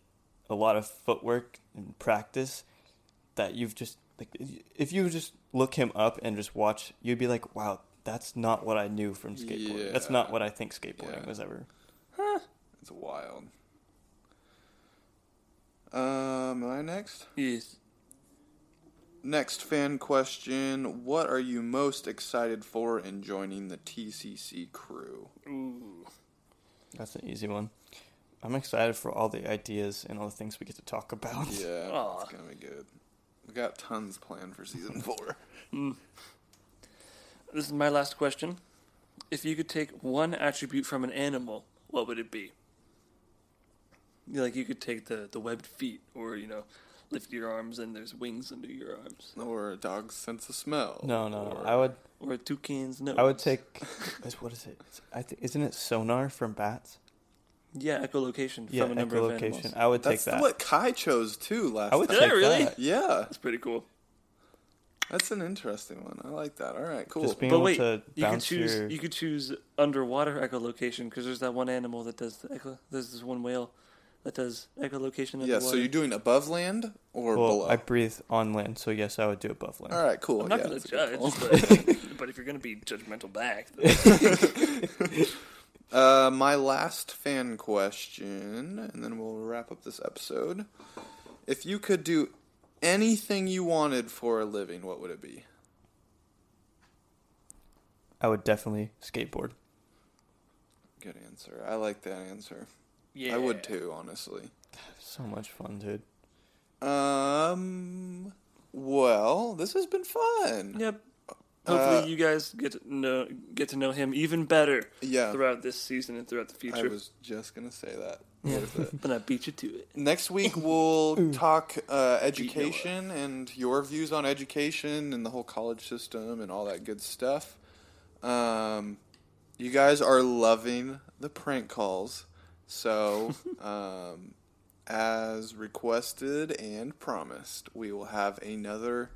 Speaker 4: a lot of footwork and practice that you've just like if you just look him up and just watch, you'd be like, wow, that's not what I knew from skateboarding. That's
Speaker 3: Yeah.
Speaker 4: not what I think skateboarding
Speaker 3: Yeah.
Speaker 4: was ever.
Speaker 3: It's wild. Um, am I next?
Speaker 1: yes,
Speaker 3: Next fan question. What are you most excited for in joining the TCC crew?
Speaker 4: That's an easy one. I'm excited for all the ideas and all the things we get to talk about.
Speaker 3: Yeah,
Speaker 1: Aw.
Speaker 3: it's gonna be good. We got tons planned for season four.
Speaker 1: this is my last question. If you could take one attribute from an animal, what would it be? You know, Like you could take the the webbed feet, or you know, lift your arms and there's wings under your arms,
Speaker 3: or a dog's sense of smell.
Speaker 4: No, no, no.
Speaker 3: Or-
Speaker 4: I would,
Speaker 1: or a toucan's nose.
Speaker 4: I would take. is- What is it? It's- I think isn't it sonar from bats?
Speaker 1: yeah echolocation
Speaker 4: Yeah,
Speaker 1: from a number of
Speaker 4: echolocation.
Speaker 1: animals.
Speaker 4: I would take
Speaker 3: That's
Speaker 4: that.
Speaker 3: what Kai chose too last
Speaker 4: I would
Speaker 3: time.
Speaker 1: Did
Speaker 4: take
Speaker 1: I really?
Speaker 4: that.
Speaker 3: Yeah,
Speaker 1: That's pretty cool.
Speaker 3: that's an interesting one. I like that. All right, cool.
Speaker 4: Just being
Speaker 1: But
Speaker 4: able
Speaker 1: wait,
Speaker 4: to
Speaker 1: you could
Speaker 4: bounce
Speaker 1: choose
Speaker 4: your.
Speaker 1: you could choose underwater echolocation because there's that one animal that does the echo. There's this one whale that does echolocation underwater.
Speaker 3: yeah, so you're doing above land or
Speaker 4: well,
Speaker 3: below?
Speaker 4: I breathe on land, so yes, I would do it above land.
Speaker 3: All right, cool.
Speaker 1: I'm not
Speaker 3: yeah,
Speaker 1: gonna
Speaker 3: that's a good
Speaker 1: judge,
Speaker 3: call.
Speaker 1: but, but if you're gonna be judgmental back, then-
Speaker 3: Uh, my last fan question, and then we'll wrap up this episode. If you could do anything you wanted for a living, what would it be?
Speaker 4: I would definitely skateboard.
Speaker 3: Good answer. I like that answer.
Speaker 1: yeah,
Speaker 3: I would too, honestly.
Speaker 4: So much fun, dude.
Speaker 3: Um. Well, this has been fun.
Speaker 1: Yep. Hopefully,
Speaker 3: Uh,
Speaker 1: you guys get to know get to know him even better
Speaker 3: Yeah,
Speaker 1: throughout this season and throughout the
Speaker 3: I
Speaker 1: future.
Speaker 3: was just gonna say that. Worth it.
Speaker 1: Then I beat you to it.
Speaker 3: Next week we'll talk uh, education and your views on education and the whole college system and all that good stuff. Um, you guys are loving the prank calls, so um, as requested and promised, we will have another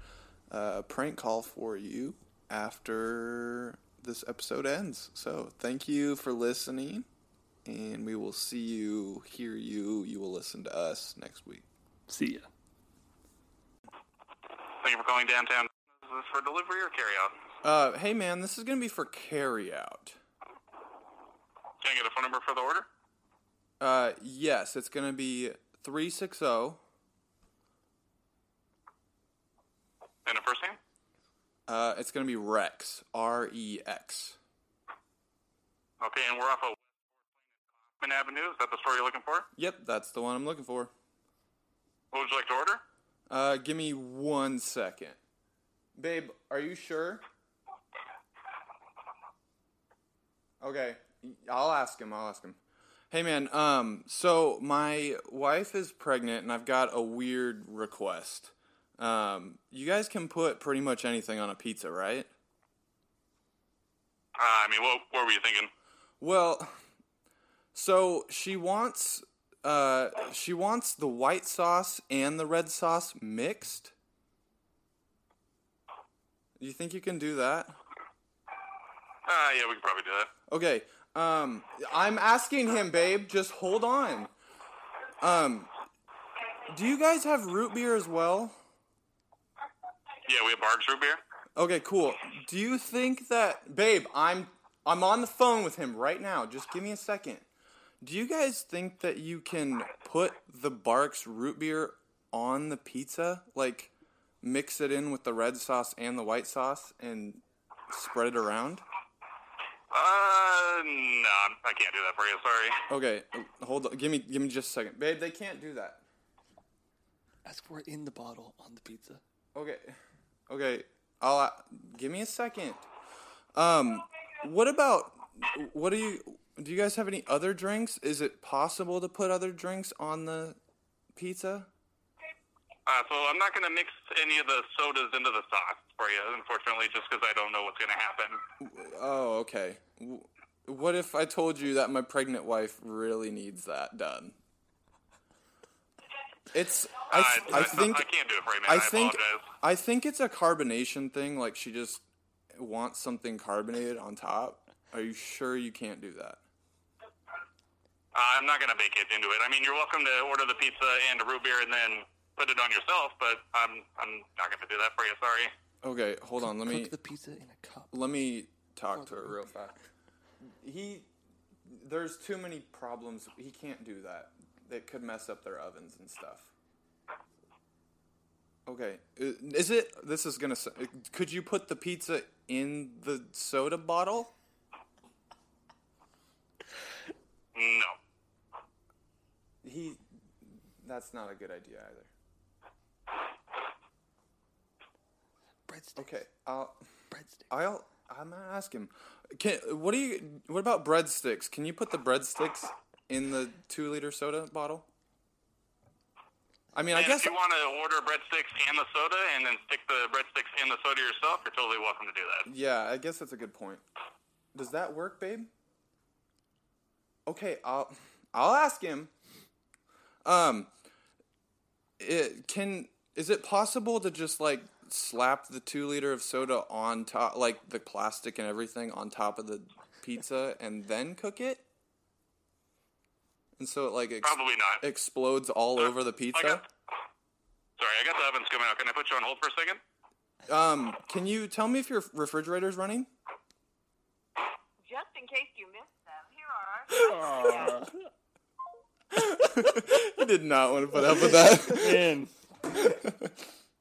Speaker 3: uh, prank call for you after this episode ends. So thank you for listening and we will see you, hear you, you will listen to us next week.
Speaker 1: See ya.
Speaker 5: Thank you for calling downtown. Is this for delivery or carryout?
Speaker 3: Uh, hey man, this is gonna be for carry out.
Speaker 5: Can I get a phone number for the order?
Speaker 3: Uh, yes, it's gonna be three six oh. zero.
Speaker 5: And a first name?
Speaker 3: Uh, it's gonna be Rex. R E X.
Speaker 5: Okay, and we're off of Westman Avenue. Is that the store you're looking for?
Speaker 3: Yep, that's the one I'm looking for.
Speaker 5: What would you like to order?
Speaker 3: Uh, give me one second. Babe, are you sure? Okay, I'll ask him. I'll ask him. Hey man, um so my wife is pregnant and I've got a weird request. Um you guys can put pretty much anything on a pizza, right?
Speaker 5: Uh, I mean, what, what were you thinking?
Speaker 3: Well, so she wants uh she wants the white sauce and the red sauce mixed. You think you can do that?
Speaker 5: Uh, yeah, we could probably do that.
Speaker 3: Okay. Um, I'm asking him, babe. Just hold on. Um, do you guys have root beer as well?
Speaker 5: Yeah, we have Barb's root beer.
Speaker 3: Okay, cool. Do you think that, babe? I'm I'm on the phone with him right now. Just give me a second. Do you guys think that you can put the Barks root beer on the pizza, like mix it in with the red sauce and the white sauce, and spread it around?
Speaker 5: Uh, no, I can't do that for you. Sorry.
Speaker 3: Okay, hold on. Give me give me just a second, babe. They can't do that.
Speaker 1: Ask for it in the bottle on the pizza.
Speaker 3: Okay. Okay. I'll uh, give me a second. Um what about what do you do you guys have any other drinks? Is it possible to put other drinks on the pizza?
Speaker 5: Uh, so I'm not going to mix any of the sodas into the sauce for you, unfortunately, just because I don't know what's going to happen.
Speaker 3: Oh, okay. W- What if I told you that my pregnant wife really needs that done? It's I,
Speaker 5: Uh, I,
Speaker 3: I think
Speaker 5: I can't do it for you, man. I,
Speaker 3: I think
Speaker 5: apologize.
Speaker 3: I think it's a carbonation thing. Like she just wants something carbonated on top. Are you sure you can't do that?
Speaker 5: Uh, I'm not going to bake it into it. I mean, you're welcome to order the pizza and a root beer and then put it on yourself, but I'm I'm not going to do that for you. Sorry.
Speaker 3: Okay, hold on. Let me
Speaker 1: Cook the pizza in a cup.
Speaker 3: let me talk to her real fast. He there's too many problems. He can't do that. That could mess up their ovens and stuff. Okay, i- is it? This is gonna. s- Could you put the pizza in the soda bottle?
Speaker 5: No.
Speaker 3: He. That's not a good idea either.
Speaker 1: Breadsticks.
Speaker 3: Okay, I'll.
Speaker 1: Breadsticks.
Speaker 3: I'll. I'm gonna ask him. Can what do you? What about breadsticks? Can you put the breadsticks in the two liter soda bottle? I mean, I
Speaker 5: and
Speaker 3: guess.
Speaker 5: if you want to order breadsticks and the soda and then stick the breadsticks and the soda yourself, you're totally welcome to do that.
Speaker 3: Yeah, I guess that's a good point. Does that work, babe? Okay, I'll. I'll ask him. Um. It can. Is it possible to just like slap the two liter of soda on top, like the plastic and everything, on top of the pizza, and then cook it? And so it like ex-
Speaker 5: Probably not.
Speaker 3: explodes all over the
Speaker 5: I
Speaker 3: pizza.
Speaker 5: got, sorry, I got the ovens coming out. Can I put you on hold for a second?
Speaker 3: Um, can you tell me if your refrigerator's running?
Speaker 6: Just in case you missed them, here are our
Speaker 3: I did not want to put up with that.
Speaker 4: Man,